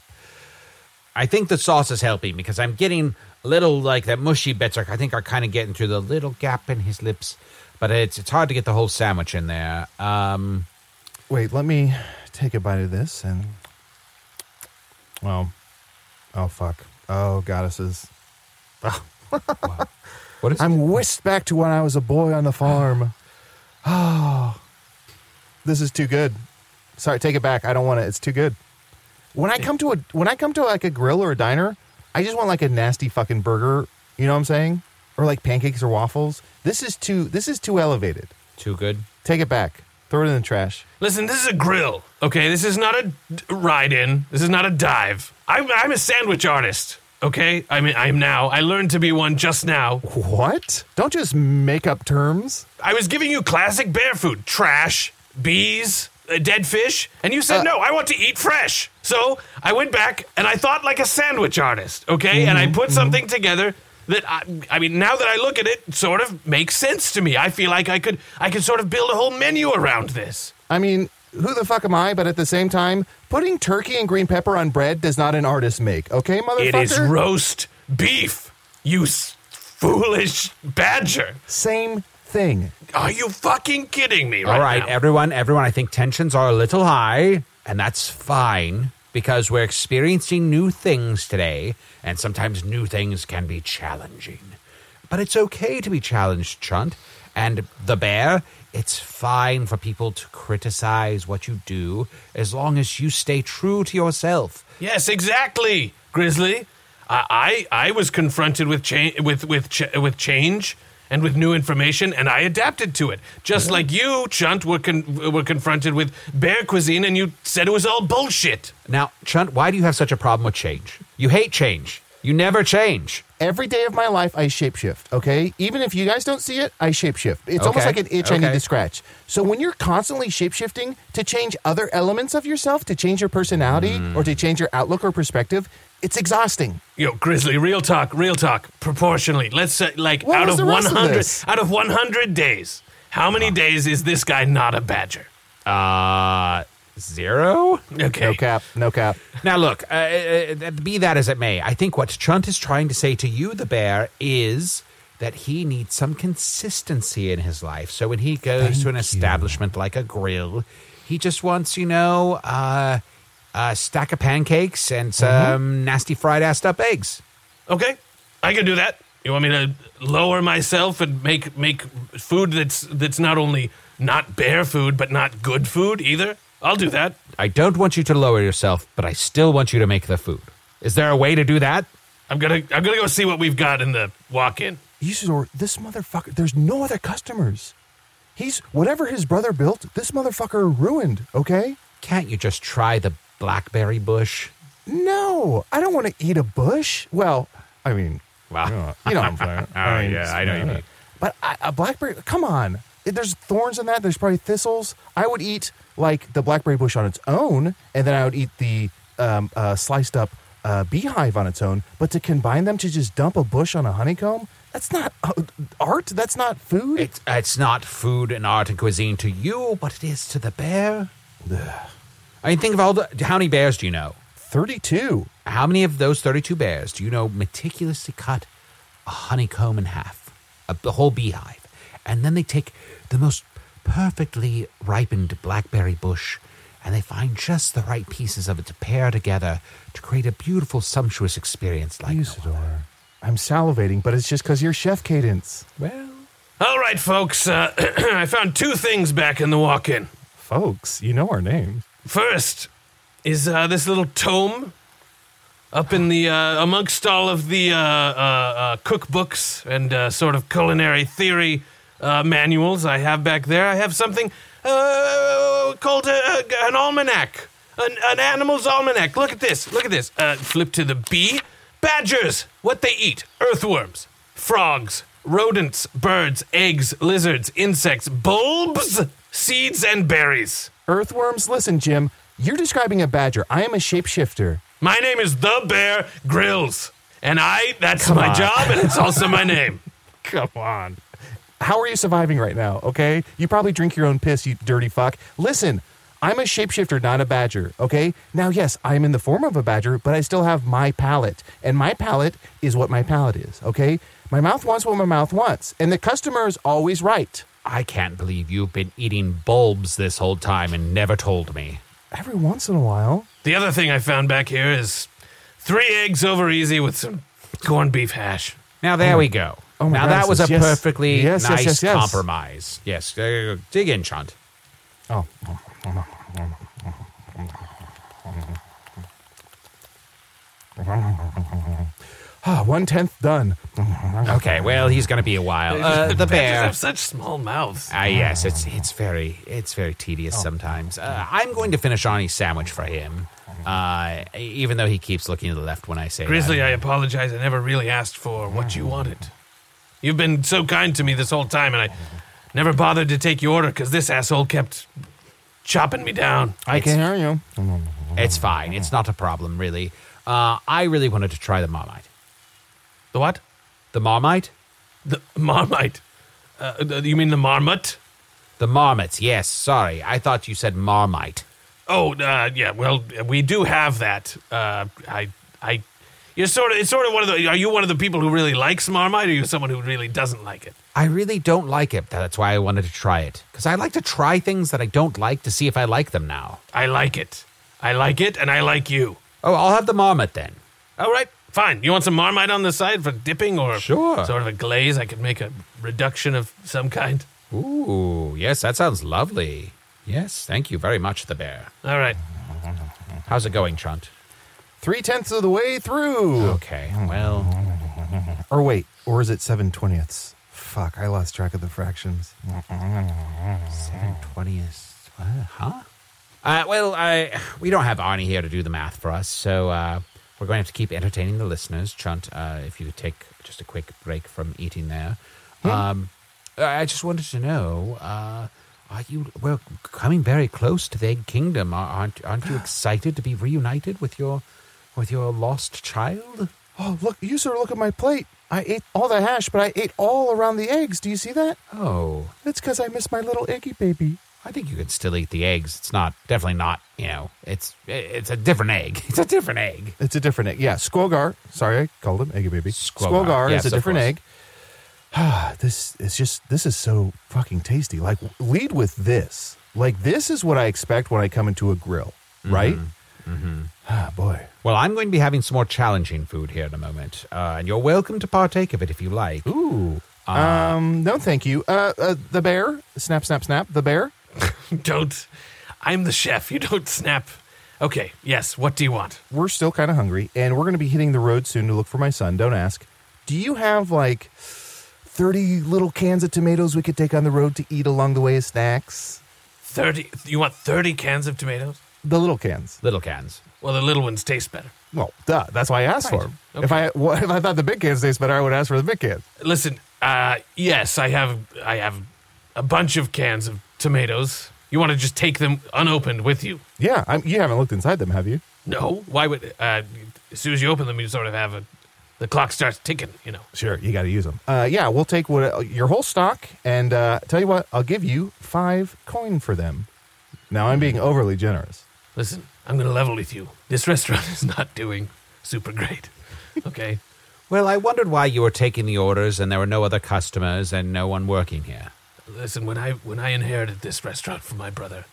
I think the sauce is helping because I'm getting a little like that mushy bits. Are, I think are kind of getting through the little gap in his lips, but it's it's hard to get the whole sandwich in there. Um,
Wait, let me take a bite of this, and well, oh fuck, oh goddesses,
what is?
I'm whisked back to when I was a boy on the farm. Oh, this is too good. Sorry, take it back. I don't want it. It's too good. When I come to a when I come to like a grill or a diner, I just want like a nasty fucking burger. You know what I'm saying? Or like pancakes or waffles. This is too this is too elevated.
too good?
Take it back. Throw it in the trash.
Listen, this is a grill, okay? This is not a d- ride-in. This is not a dive. I'm, I'm a sandwich artist, okay? I mean, I'm now. I learned to be one just now.
What? Don't just make up terms.
I was giving you classic bear food. Trash, bees, uh, dead fish. And you said, no, I want to eat fresh. So I went back and I thought like a sandwich artist, okay? and I put something together that I, I mean now that I look at it sort of makes sense to me. I feel like I could I could sort of build a whole menu around this.
I mean, who the fuck am I? But at the same time, putting turkey and green pepper on bread does not an artist make. Okay, motherfucker.
It is roast beef, you s- foolish badger.
Same thing.
Are you fucking kidding me? Right
All right,
now?
everyone, everyone. I think tensions are a little high, and that's fine because we're experiencing new things today, and sometimes new things can be challenging. But it's okay to be challenged, Chunt. And the bear, it's fine for people to criticize what you do as long as you stay true to yourself.
Yes, exactly, Grizzly. I I, I was confronted with change with with ch- with change and with new information, and I adapted to it. Just like you, Chunt, were con- were confronted with bear cuisine, and you said it was all bullshit.
Now, Chunt, why do you have such a problem with change? You hate change. You never change.
Every day of my life, I shapeshift, okay? Even if you guys don't see it, I shapeshift. It's almost
Okay.
like an itch I need
Okay.
to scratch. So when you're constantly shapeshifting to change other elements of yourself, to change your personality or to change your outlook or perspective, it's exhausting.
Yo, Grizzly, real talk, real talk. Proportionally, let's say, like
What
out
was the
of
rest
one
of
hundred,
this?
out of one hundred days, how many days is this guy not a badger?
Uh, zero?
Okay,
No cap, no cap.
Now, look, uh, uh, uh, be that as it may, I think what Chunt is trying to say to you, the bear, is that he needs some consistency in his life. So when he goes to an establishment like a grill, he just wants, you know, uh, a stack of pancakes and some nasty fried assed up eggs.
okay, I can do that. You want me to lower myself and make make food that's that's not only not bear food but not good food either? I'll do that.
I don't want you to lower yourself, but I still want you to make the food. Is there a way to do that?
I'm gonna I'm gonna go see what we've got in the walk-in.
Usador, this motherfucker, there's no other customers. He's whatever his brother built, this motherfucker ruined, okay?
Can't you just try the blackberry bush?
No, I don't want to eat a bush. Well, I mean,
Wow.
you know, you know what I'm saying.
Oh, yeah, I know what you mean.
But I, a blackberry, come on. There's thorns in that. There's probably thistles. I would eat like the blackberry bush on its own, and then I would eat the um, uh, sliced up uh, beehive on its own. But to combine them to just dump a bush on a honeycomb, that's not uh, art. That's not food.
It's, it's not food and art and cuisine to you, but it is to the bear. I mean, think of all the. How many bears do you know?
32.
How many of those 32 bears do you know meticulously cut a honeycomb in half, a, the whole beehive? And then they take the most perfectly ripened blackberry bush and they find just the right pieces of it to pair together to create a beautiful, sumptuous experience like no other.
Usador. I'm salivating, but it's just because you're chef cadence.
Well,
All right, folks. Uh, I found two things back in the walk-in.
Folks, you know our name.
First is uh, this little tome up in the uh, amongst all of the uh, uh, uh, cookbooks and uh, sort of culinary theory uh, manuals I have back there. I have something uh, called a, a- an almanac, an, an animal's almanac. Look at this. Look at this. Uh, flip to the B. Badgers, what they eat: earthworms, frogs, rodents, birds, eggs, lizards, insects, bulbs, seeds, and berries.
Earthworms, listen, Jim. You're describing a badger. I am a shapeshifter.
My name is The Bear Grills. And I, that's my job, and it's also my name.
Come on. How are you surviving right now? Okay. You probably drink your own piss, you dirty fuck. Listen, I'm a shapeshifter, not a badger. Okay. Now, yes, I'm in the form of a badger, but I still have my palate. And my palate is what my palate is. Okay. My mouth wants what my mouth wants. And the customer is always right.
I can't believe you've been eating bulbs this whole time and never told me.
Every once in a while.
The other thing I found back here is three eggs over easy with some corned beef hash.
Now there we go.
oh my
now that
goodness,
was a
yes.
perfectly
Yes, yes,
nice
yes, yes.
compromise. Yes, uh, dig in, Chunt.
Oh. Ah, one tenth done.
Okay, well he's going to be a while. Uh, the
Badgers
bear.
have such small mouths.
Ah, yes, it's it's very it's very
Oh.
tedious sometimes. Uh, I'm going to finish Arnie's sandwich for him, uh, even though he keeps looking to the left when I say
Grizzly,
that.
I apologize. I never really asked for what you wanted. You've been so kind to me this whole time, and I never bothered to take your order because this asshole kept chopping me down.
I can hear you.
It's fine. It's not a problem, really. Uh, I really wanted to try the marmite.
The what?
The marmite.
The marmite. Uh, th- you mean the marmot?
The marmots, yes. Sorry, I thought you said marmite.
Oh, uh, yeah. Well, we do have that. Uh, I, I, you're sort of. It's sort of one of the. Are you one of the people who really likes Marmite, or are you someone who really doesn't like it?
I really don't like it. That's why I wanted to try it. Because I like to try things that I don't like to see if I like them now.
I like it. I like it, and I like you.
Oh, I'll have the marmot then.
All right, fine. You want some Marmite on the side for dipping, or
Sure.
sort of a glaze? I could make a reduction of some kind.
Ooh, yes, that sounds lovely. Yes, thank you very much, the bear.
All right.
How's it going, Chunt?
Three tenths of the way through.
Okay, well,
Or wait, or is it seven twentieths? Fuck, I lost track of the fractions.
seven twentieth, huh? Uh, well, I we don't have Arnie here to do the math for us, so uh, we're We're going to have to keep entertaining the listeners. Chunt, uh, if you could take just a quick break from eating there. Um, I just wanted to know uh, are you, we're coming very close to the Egg Kingdom. Are- Aren't, aren't you excited to be reunited with your, with your lost child?
Oh, look, you sir, look at my plate. I ate all the hash, but I ate all around the eggs. Do you see that?
Oh,
That's because I missed my little eggy baby.
I think you can still eat the eggs. It's not, definitely not, you know, it's, it's a different egg. It's a different egg.
It's a different egg. Yeah, Squogar. Sorry, I called him Eggy Baby.
Squogar.
Squogar,
Yes,
is a
of
different
course.
egg. Ah, this is just this is so fucking tasty. Like lead with this. Like this is what I expect when I come into a grill,
Mm-hmm.
right? Ah, boy.
Well, I'm going to be having some more challenging food here in a moment, uh, and you're welcome to partake of it if you like.
Ooh. um, no, thank you. Uh, uh, the bear. Snap, snap, snap. The bear.
Don't. I'm the chef. You don't snap. Okay. Yes. What do you want?
we're still kind of hungry and we're going to be hitting the road soon to look for my son. Don't ask. Do you have like 30 little cans of tomatoes we could take on the road to eat along the way as snacks?
Thirty. You want thirty cans of tomatoes?
The little cans.
Little cans.
Well, the little ones taste better.
Well, duh. That's why I asked for them. If I well, if I thought the big cans taste better, I would ask for the big cans.
Listen. Uh, yes, I have. I have a bunch of cans of tomatoes. You want to just take them unopened with you?
Yeah, I'm, you haven't looked inside them, have you?
No. Why would? Uh, as soon as you open them, you sort of have a. The clock starts ticking. You know.
Sure, you got to use them. Uh, yeah, we'll take what your whole stock, and uh, tell you what, I'll give you five coin for them. Now I'm being overly generous.
Listen, I'm going to level with you. This restaurant is not doing super great. Okay.
Well, I wondered why you were taking the orders and there were no other customers and no one working here.
Listen, when I when I inherited this restaurant from my brother,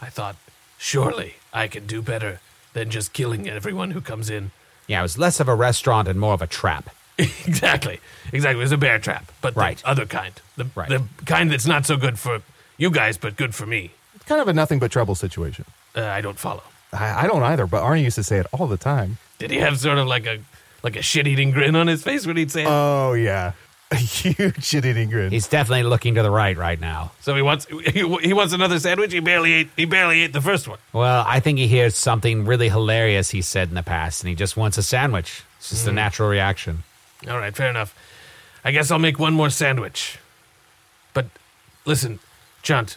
I thought surely I can do better than just killing everyone who comes in.
Yeah, it was less of a restaurant and more of a trap.
exactly. Exactly. It was a bear trap, but
Right.
the other kind. The
Right.
the kind that's not so good for you guys but good for me.
It's kind of a nothing but trouble situation.
Uh, I don't follow.
I, I don't either, but Arnie used to say it all the time.
Did he have sort of like a like a shit-eating grin on his face when he'd say it?
Oh yeah, a huge shit-eating grin.
He's definitely looking to the right right now.
So he wants he, he wants another sandwich. He barely ate he barely ate the first one.
Well, I think he hears something really hilarious he said in the past and he just wants a sandwich. It's just a natural reaction.
All right, fair enough. I guess I'll make one more sandwich. But listen, Chunt,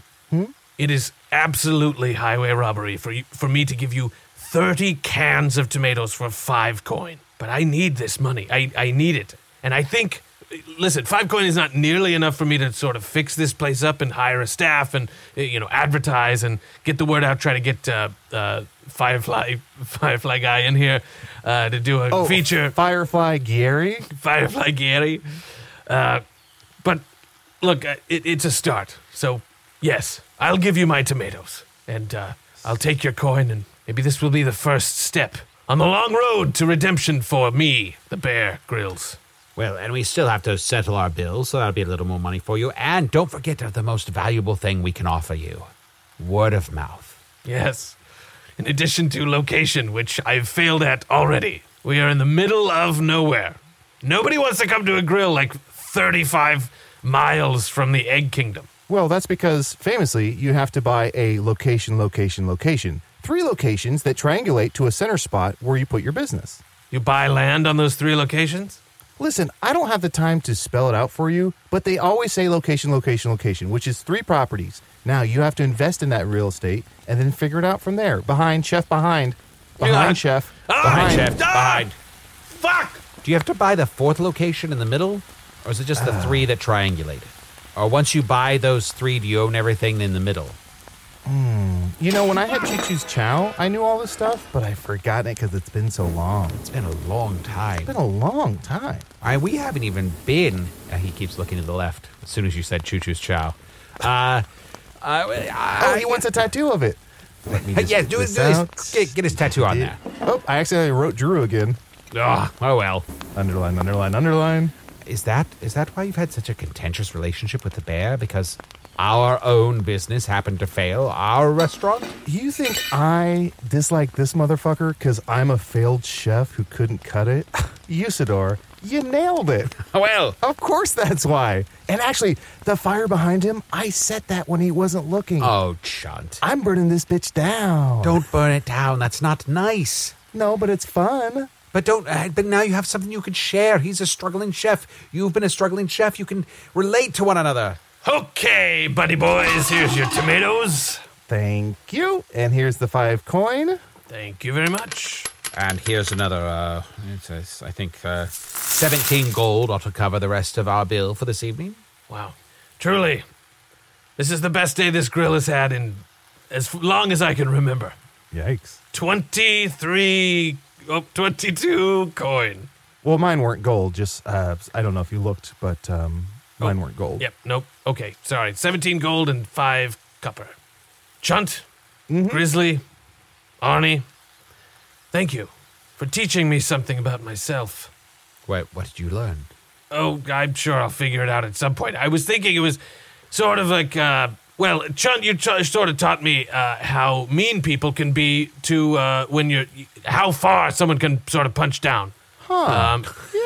it is absolutely highway robbery for you, for me to give you 30 cans of tomatoes for 5 coin. But I need this money. I I need it. And I think listen, 5 coin is not nearly enough for me to sort of fix this place up and hire a staff and eh, you know, advertise and get the word out try to get uh, uh, Firefly Firefly guy in here uh, to do a
Oh.
feature.
Firefly Gary.
Firefly Gary. Uh, but look, uh, it, it's a start. So, yes, I'll give you my tomatoes. And uh, I'll take your coin, and maybe this will be the first step on the long road to redemption for me, the Bear Grills.
Well, and we still have to settle our bills, so that'll be a little more money for you. And don't forget the most valuable thing we can offer you word of mouth.
Yes. In addition to location, which I've failed at already, we are in the middle of nowhere. Nobody wants to come to a grill like 35 miles from the Egg Kingdom.
Well, that's because famously you have to buy a location, location, location. Three locations that triangulate to a center spot where you put your business.
You buy land on those three locations?
Listen, I don't have the time to spell it out for you, but they always say location, location, location, which is three properties. Now you have to invest in that real estate and then figure it out from there. Behind chef, behind, behind
Yeah.
chef,
Ah,
behind
chef.
Behind.
Fuck!
Do you have to buy the fourth location in the middle, or is it just the three that triangulate? Or once you buy those three, do you own everything in the middle?
You know, when I had Choo Choo's Chow, I knew all this stuff, but I've forgotten it because it's been so long.
It's been a long time.
It's been a long time.
I, we haven't even been. Uh, he keeps looking to the left as soon as you said Choo Choo's Chow. Uh, uh,
Oh,
I,
he wants a tattoo of it. Let me just
yeah,
get
do, do
this
his,
out.
get, get his tattoo on there.
Oh, I accidentally wrote Drew again.
Ugh, oh well.
Underline, underline, underline.
Is that is that why you've had such a contentious relationship with the bear? Because our own business happened to fail, our restaurant?
You think I dislike this motherfucker because I'm a failed chef who couldn't cut it? Usador, you nailed it.
Oh well.
Of course that's why. And actually, the fire behind him, I set that when he wasn't looking.
Oh, chunt.
I'm burning this bitch down.
Don't burn it down. That's not nice.
No, but it's fun.
But don't. Uh, but now you have something you can share. He's a struggling chef. You've been a struggling chef. You can relate to one another.
Okay, buddy boys, here's your tomatoes.
Thank you. And here's the five coin.
Thank you very much.
And here's another. Uh, it's, it's, I think uh, seventeen gold ought to cover the rest of our bill for this evening.
Wow. Truly, this is the best day this grill has had in as long as I can remember.
Yikes.
23, oh, 22 coin.
Well, mine weren't gold. Just uh, I don't know if you looked, but um, mine weren't gold.
Oh, Yep, nope. Okay, sorry. 17 gold and 5 copper. Chunt, Mm-hmm. Grizzly, Arnie, thank you for teaching me something about myself.
Wait, what did you learn?
Oh, I'm sure I'll figure it out at some point. I was thinking it was sort of like, uh, well, Chunt, you t- sort of taught me uh, how mean people can be to uh, when you're, how far someone can sort of punch down. Huh. Um,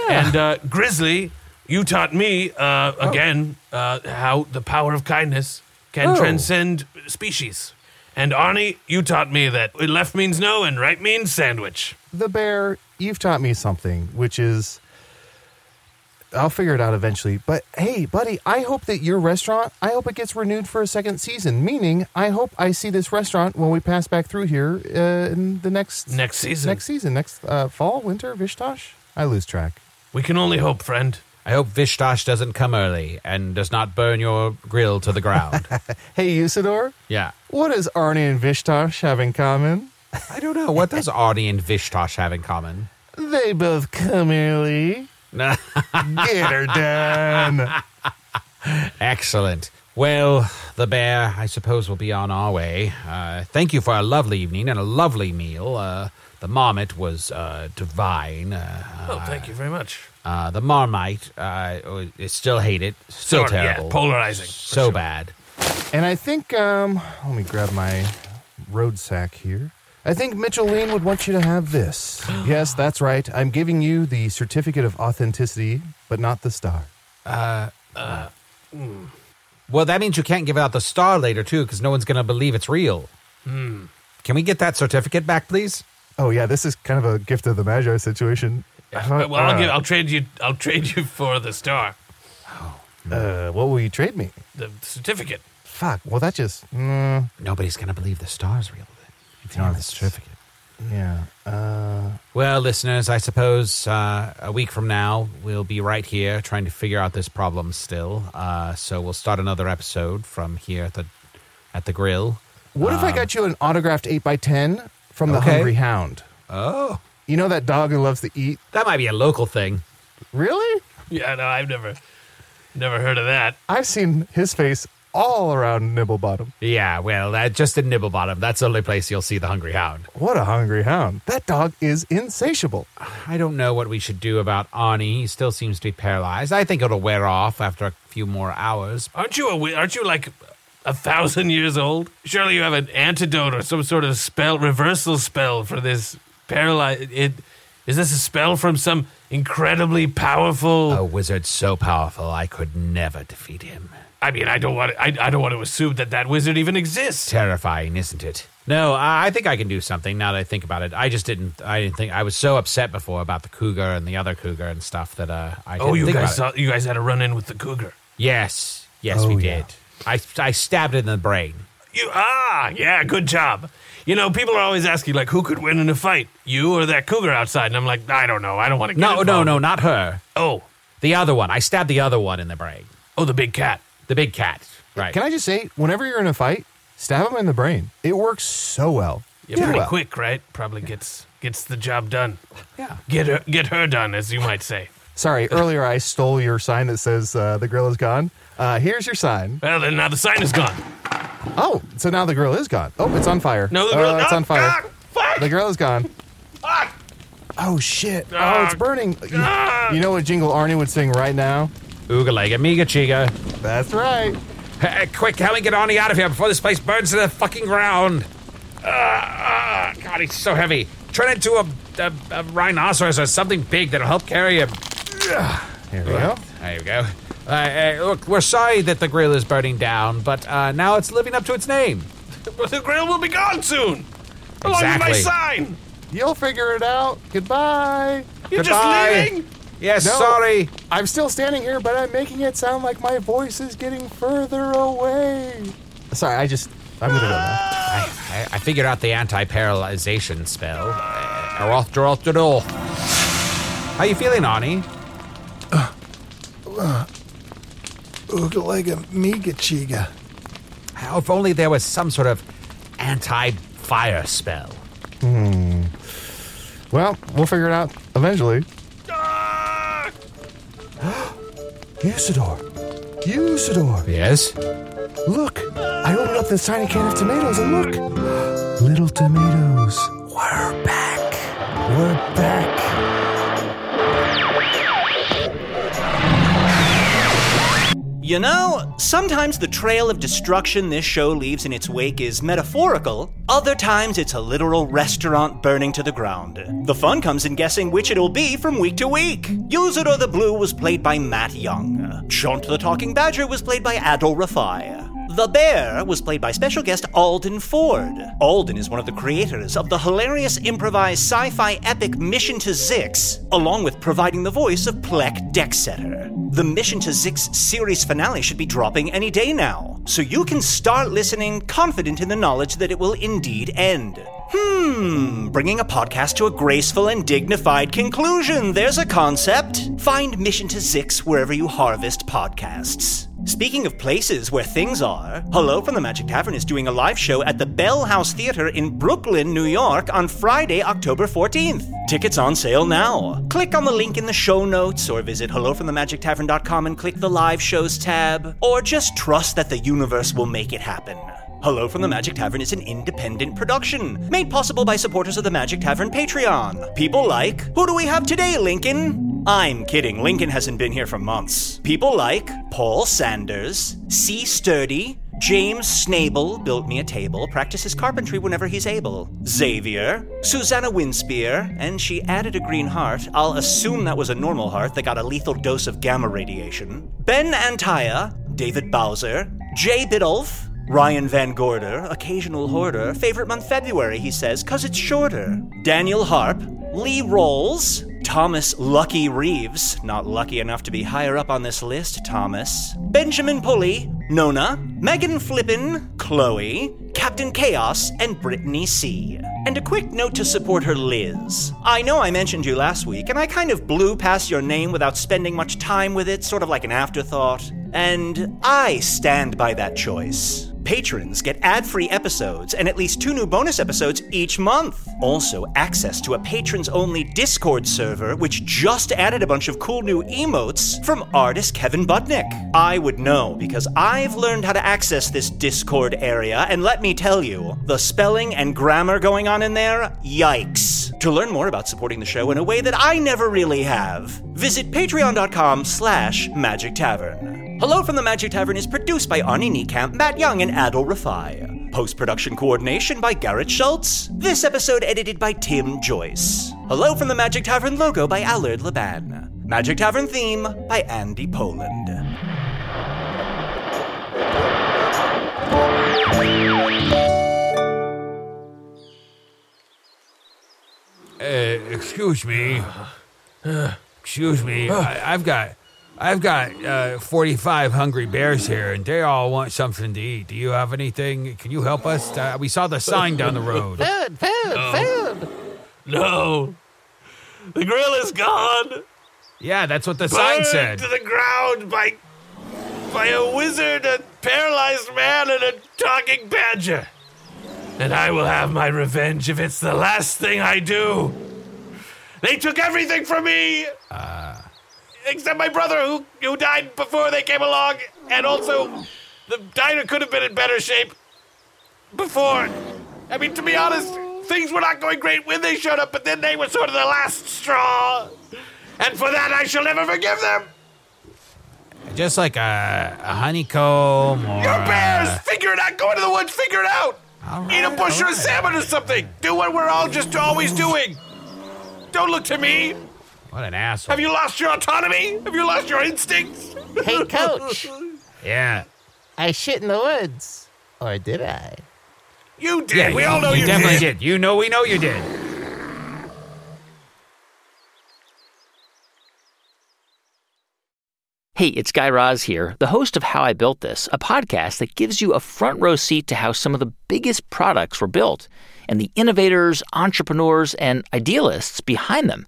And uh, Grizzly, you taught me uh, again uh, how the power of kindness can
Oh.
transcend species. And Arnie, you taught me that left means no and right means sandwich.
The bear, you've taught me something, which is I'll figure it out eventually. But hey, buddy, I hope that your restaurant, I hope it gets renewed for a second season. Meaning, I hope I see this restaurant when we pass back through here uh, in the next
Next season.
next season, next uh, fall, winter, Vishtosh. I lose track.
We can only hope, friend.
I hope Vishtash doesn't come early and does not burn your grill to the ground.
Hey, Usador,
yeah.
what does Arnie and Vishtosh have in common?
I don't know. What does Arnie and Vishtash have in common?
They both come early. Get her done.
Excellent. Well, the bear, I suppose, will be on our way. Uh, thank you for a lovely evening and a lovely meal. Uh, the marmot was uh, divine. Uh,
Oh, thank you very much.
uh, the marmite, uh, oh, I still hate it. Still
Sort of, yeah,
terrible.
polarizing, for
So
sure.
bad.
And I think, um, let me grab my road sack here. I think Mitchell Lean would want you to have this. yes, that's right. I'm giving you the certificate of authenticity, but not the star.
Well, that means you can't give out the star later, too, because no one's going to believe it's real.
Hmm.
Can we get that certificate back, please?
Oh yeah, this is kind of a gift of the Magi situation.
Uh, well, I'll, give, I'll trade you. I'll trade you for the star,
uh, what will you trade me?
the certificate.
Fuck. Well, that just mm,
Nobody's going to believe the star's real then, if you don't have the certificate.
yeah. Uh,
Well, listeners, I suppose uh, a week from now we'll be right here trying to figure out this problem still. Uh, so we'll start another episode from here at the at the grill.
what
Um.
if I got you an autographed eight x ten from the
Okay.
Hungry Hound?
Oh,
You know that dog who loves to eat.
that might be a local thing.
Really?
Yeah, no, I've never, never heard of that.
I've seen his face all around Nibblebottom.
Yeah, well, uh, just in Nibblebottom, that's the only place you'll see the Hungry Hound.
What a hungry hound. That dog is insatiable.
I don't know what we should do about Arnie. He still seems to be paralyzed. I think it'll wear off after a few more hours.
Aren't you? A, aren't you like a thousand years old? Surely you have an antidote or some sort of spell, reversal spell for this paralyze. It is this a spell from some incredibly powerful?
A wizard so powerful, I could never defeat him.
I mean, I don't want. To, I, I don't want to assume that that wizard even exists.
terrifying, isn't it? No, I I think I can do something now that I think about it. I just didn't. I didn't think. I was so upset before about the cougar and the other cougar and stuff that uh, I. Didn't
Oh, you
think
guys
about
saw,
it.
Oh, you guys had a run in with the cougar.
Yes, yes, we did. I I stabbed it in the brain.
You ah yeah, good job. You know, people are always asking like, who could win in a fight, you or that cougar outside? And I'm like, I don't know. I don't want to. Get
No, no,
involved."
no, not her.
Oh,
The other one. I stabbed the other one in the brain.
oh, the big cat.
The big cat. Right.
Can I just say, whenever you're in a fight, stab him in the brain. It works so well.
Yeah,
Too
pretty
well.
quick, right? Probably gets gets the job done.
Yeah.
Get her get her done, as you might say.
Sorry, earlier I stole your sign that says uh, the grill is gone. Uh, here's your sign.
Well, then now the sign is gone.
Oh, so now the grill is gone. Oh, it's on fire.
No, the
Oh,
grill.
it's
oh,
on fire.
God, fuck!
The grill is gone. Oh shit! Oh, it's
Ah.
burning. You, you know what jingle Arnie would sing right now?
Ooga lega, miga chiga.
That's right.
Hey, quick, Helen, get Arnie out of here before this place burns to the fucking ground. Ah, ah, God, he's so heavy. Turn into a, a, a rhinoceros or something big that'll help carry him.
Here we go.
There you go. Uh, uh, look, we're sorry that the grill is burning down, but uh, now it's living up to its name.
But the grill will be gone soon. Along with my
Exactly.
sign.
You'll figure it out. Goodbye.
You're just
Goodbye.
leaving?
Yes,
No.
sorry.
I'm still standing here, but I'm making it sound like my voice is getting further away. Sorry, I just. I'm gonna go now.
I, I figured out the anti-paralyzation spell. Uh, Aroth, Doroth, Doroth. How you feeling, Arnie?
Oogalega Miga Chiga.
If only there was some sort of anti-fire spell.
Well, we'll figure it out eventually. Usador! Usador!
Yes?
Look! I opened up this tiny can of tomatoes and look! Little tomatoes. We're back. We're back.
You know, sometimes the trail of destruction this show leaves in its wake is metaphorical, other times it's a literal restaurant burning to the ground. The fun comes in guessing which it'll be from week to week. Use It or the Blue was played by Matt Young. Chunt the Talking Badger was played by Adol Rafai. The Bear was played by special guest Alden Ford. Alden is one of the creators of the hilarious improvised sci fi epic Mission to Zix, along with providing the voice of Plek Dexeter. The Mission to Zix series finale should be dropping any day now, so you can start listening confident in the knowledge that it will indeed end. Hmm, bringing a podcast to a graceful and dignified conclusion. There's a concept. Find Mission to Zix wherever you harvest podcasts. Speaking of places where things are, Hello from the Magic Tavern is doing a live show at the Bell House Theater in Brooklyn, New York on Friday, October 14th. Tickets on sale now. Click on the link in the show notes or visit hellofromthemagictavern.com and click the live shows tab, or just trust that the universe will make it happen. Hello from the Magic Tavern is an independent production made possible by supporters of the Magic Tavern Patreon. People like, who do we have today, Lincoln? I'm kidding, Lincoln hasn't been here for months. People like Paul Sanders, C. Sturdy, James Snable built me a table, practices carpentry whenever he's able. Xavier, Susanna Winspear, and she added a green heart. I'll assume that was a normal heart that got a lethal dose of gamma radiation. Ben Antaya, David Bowser, Jay Biddulph, Ryan Van Gorder, occasional hoarder, favorite month February, he says, 'cause it's shorter. Daniel Harp, Lee Rolls, Thomas Lucky Reeves, not lucky enough to be higher up on this list, Thomas, Benjamin Pulley, Nona, Megan Flippin, Chloe, Captain Chaos, and Brittany C. And a quick note to support her Liz. I know I mentioned you last week, and I kind of blew past your name without spending much time with it, sort of like an afterthought. And I stand by that choice. Patrons get ad free episodes and at least two new bonus episodes each month. Also, access to a patrons only Discord server, which just added a bunch of cool new emotes from artist Kevin Butnick. I would know because I've learned how to access this Discord area, and let me tell you, the spelling and grammar going on in there, yikes. To learn more about supporting the show in a way that I never really have, visit patreon.com slash magic tavern. Hello from the Magic Tavern is produced by Arnie Niekamp, Matt Young, and Adol Rafai. Post production coordination by Garrett Schultz. This episode edited by Tim Joyce. Hello from the Magic Tavern logo by Allard Laban. Magic Tavern theme by Andy Poland.
Excuse me. Excuse me. I, I've got, I've got uh, forty-five hungry bears here, and they all want something to eat. Do you have anything? Can you help us? Uh, we saw the sign down the road.
No. The grill is gone.
Yeah, that's what the sign
Burned
said.
to the ground by by a wizard, a paralyzed man, and a talking badger. And I will have my revenge if it's the last thing I do. They took everything from me,
Uh.
except my brother, who who died before they came along, and also the diner could have been in better shape before. I mean, to be honest, things were not going great when they showed up, but then they were sort of the last straw. And for that, I shall never forgive them.
Just like a, a honeycomb or.
Your
a-
bears, figure it out. Go into the woods, figure it out.
All
Eat a
right,
bush
all
or a
right.
salmon or something. Do what we're all just always doing. Don't look to me.
What an asshole.
Have you lost your autonomy? Have you lost your instincts?
Hey, coach,
yeah.
I shit in the woods. Or did Oh, I?
You did.
Yeah,
we all know you,
definitely
did.
did. You know, we know you did.
Hey, it's Guy Raz here, the host of How I Built This, a podcast that gives you a front row seat to how some of the biggest products were built and the innovators, entrepreneurs, and idealists behind them.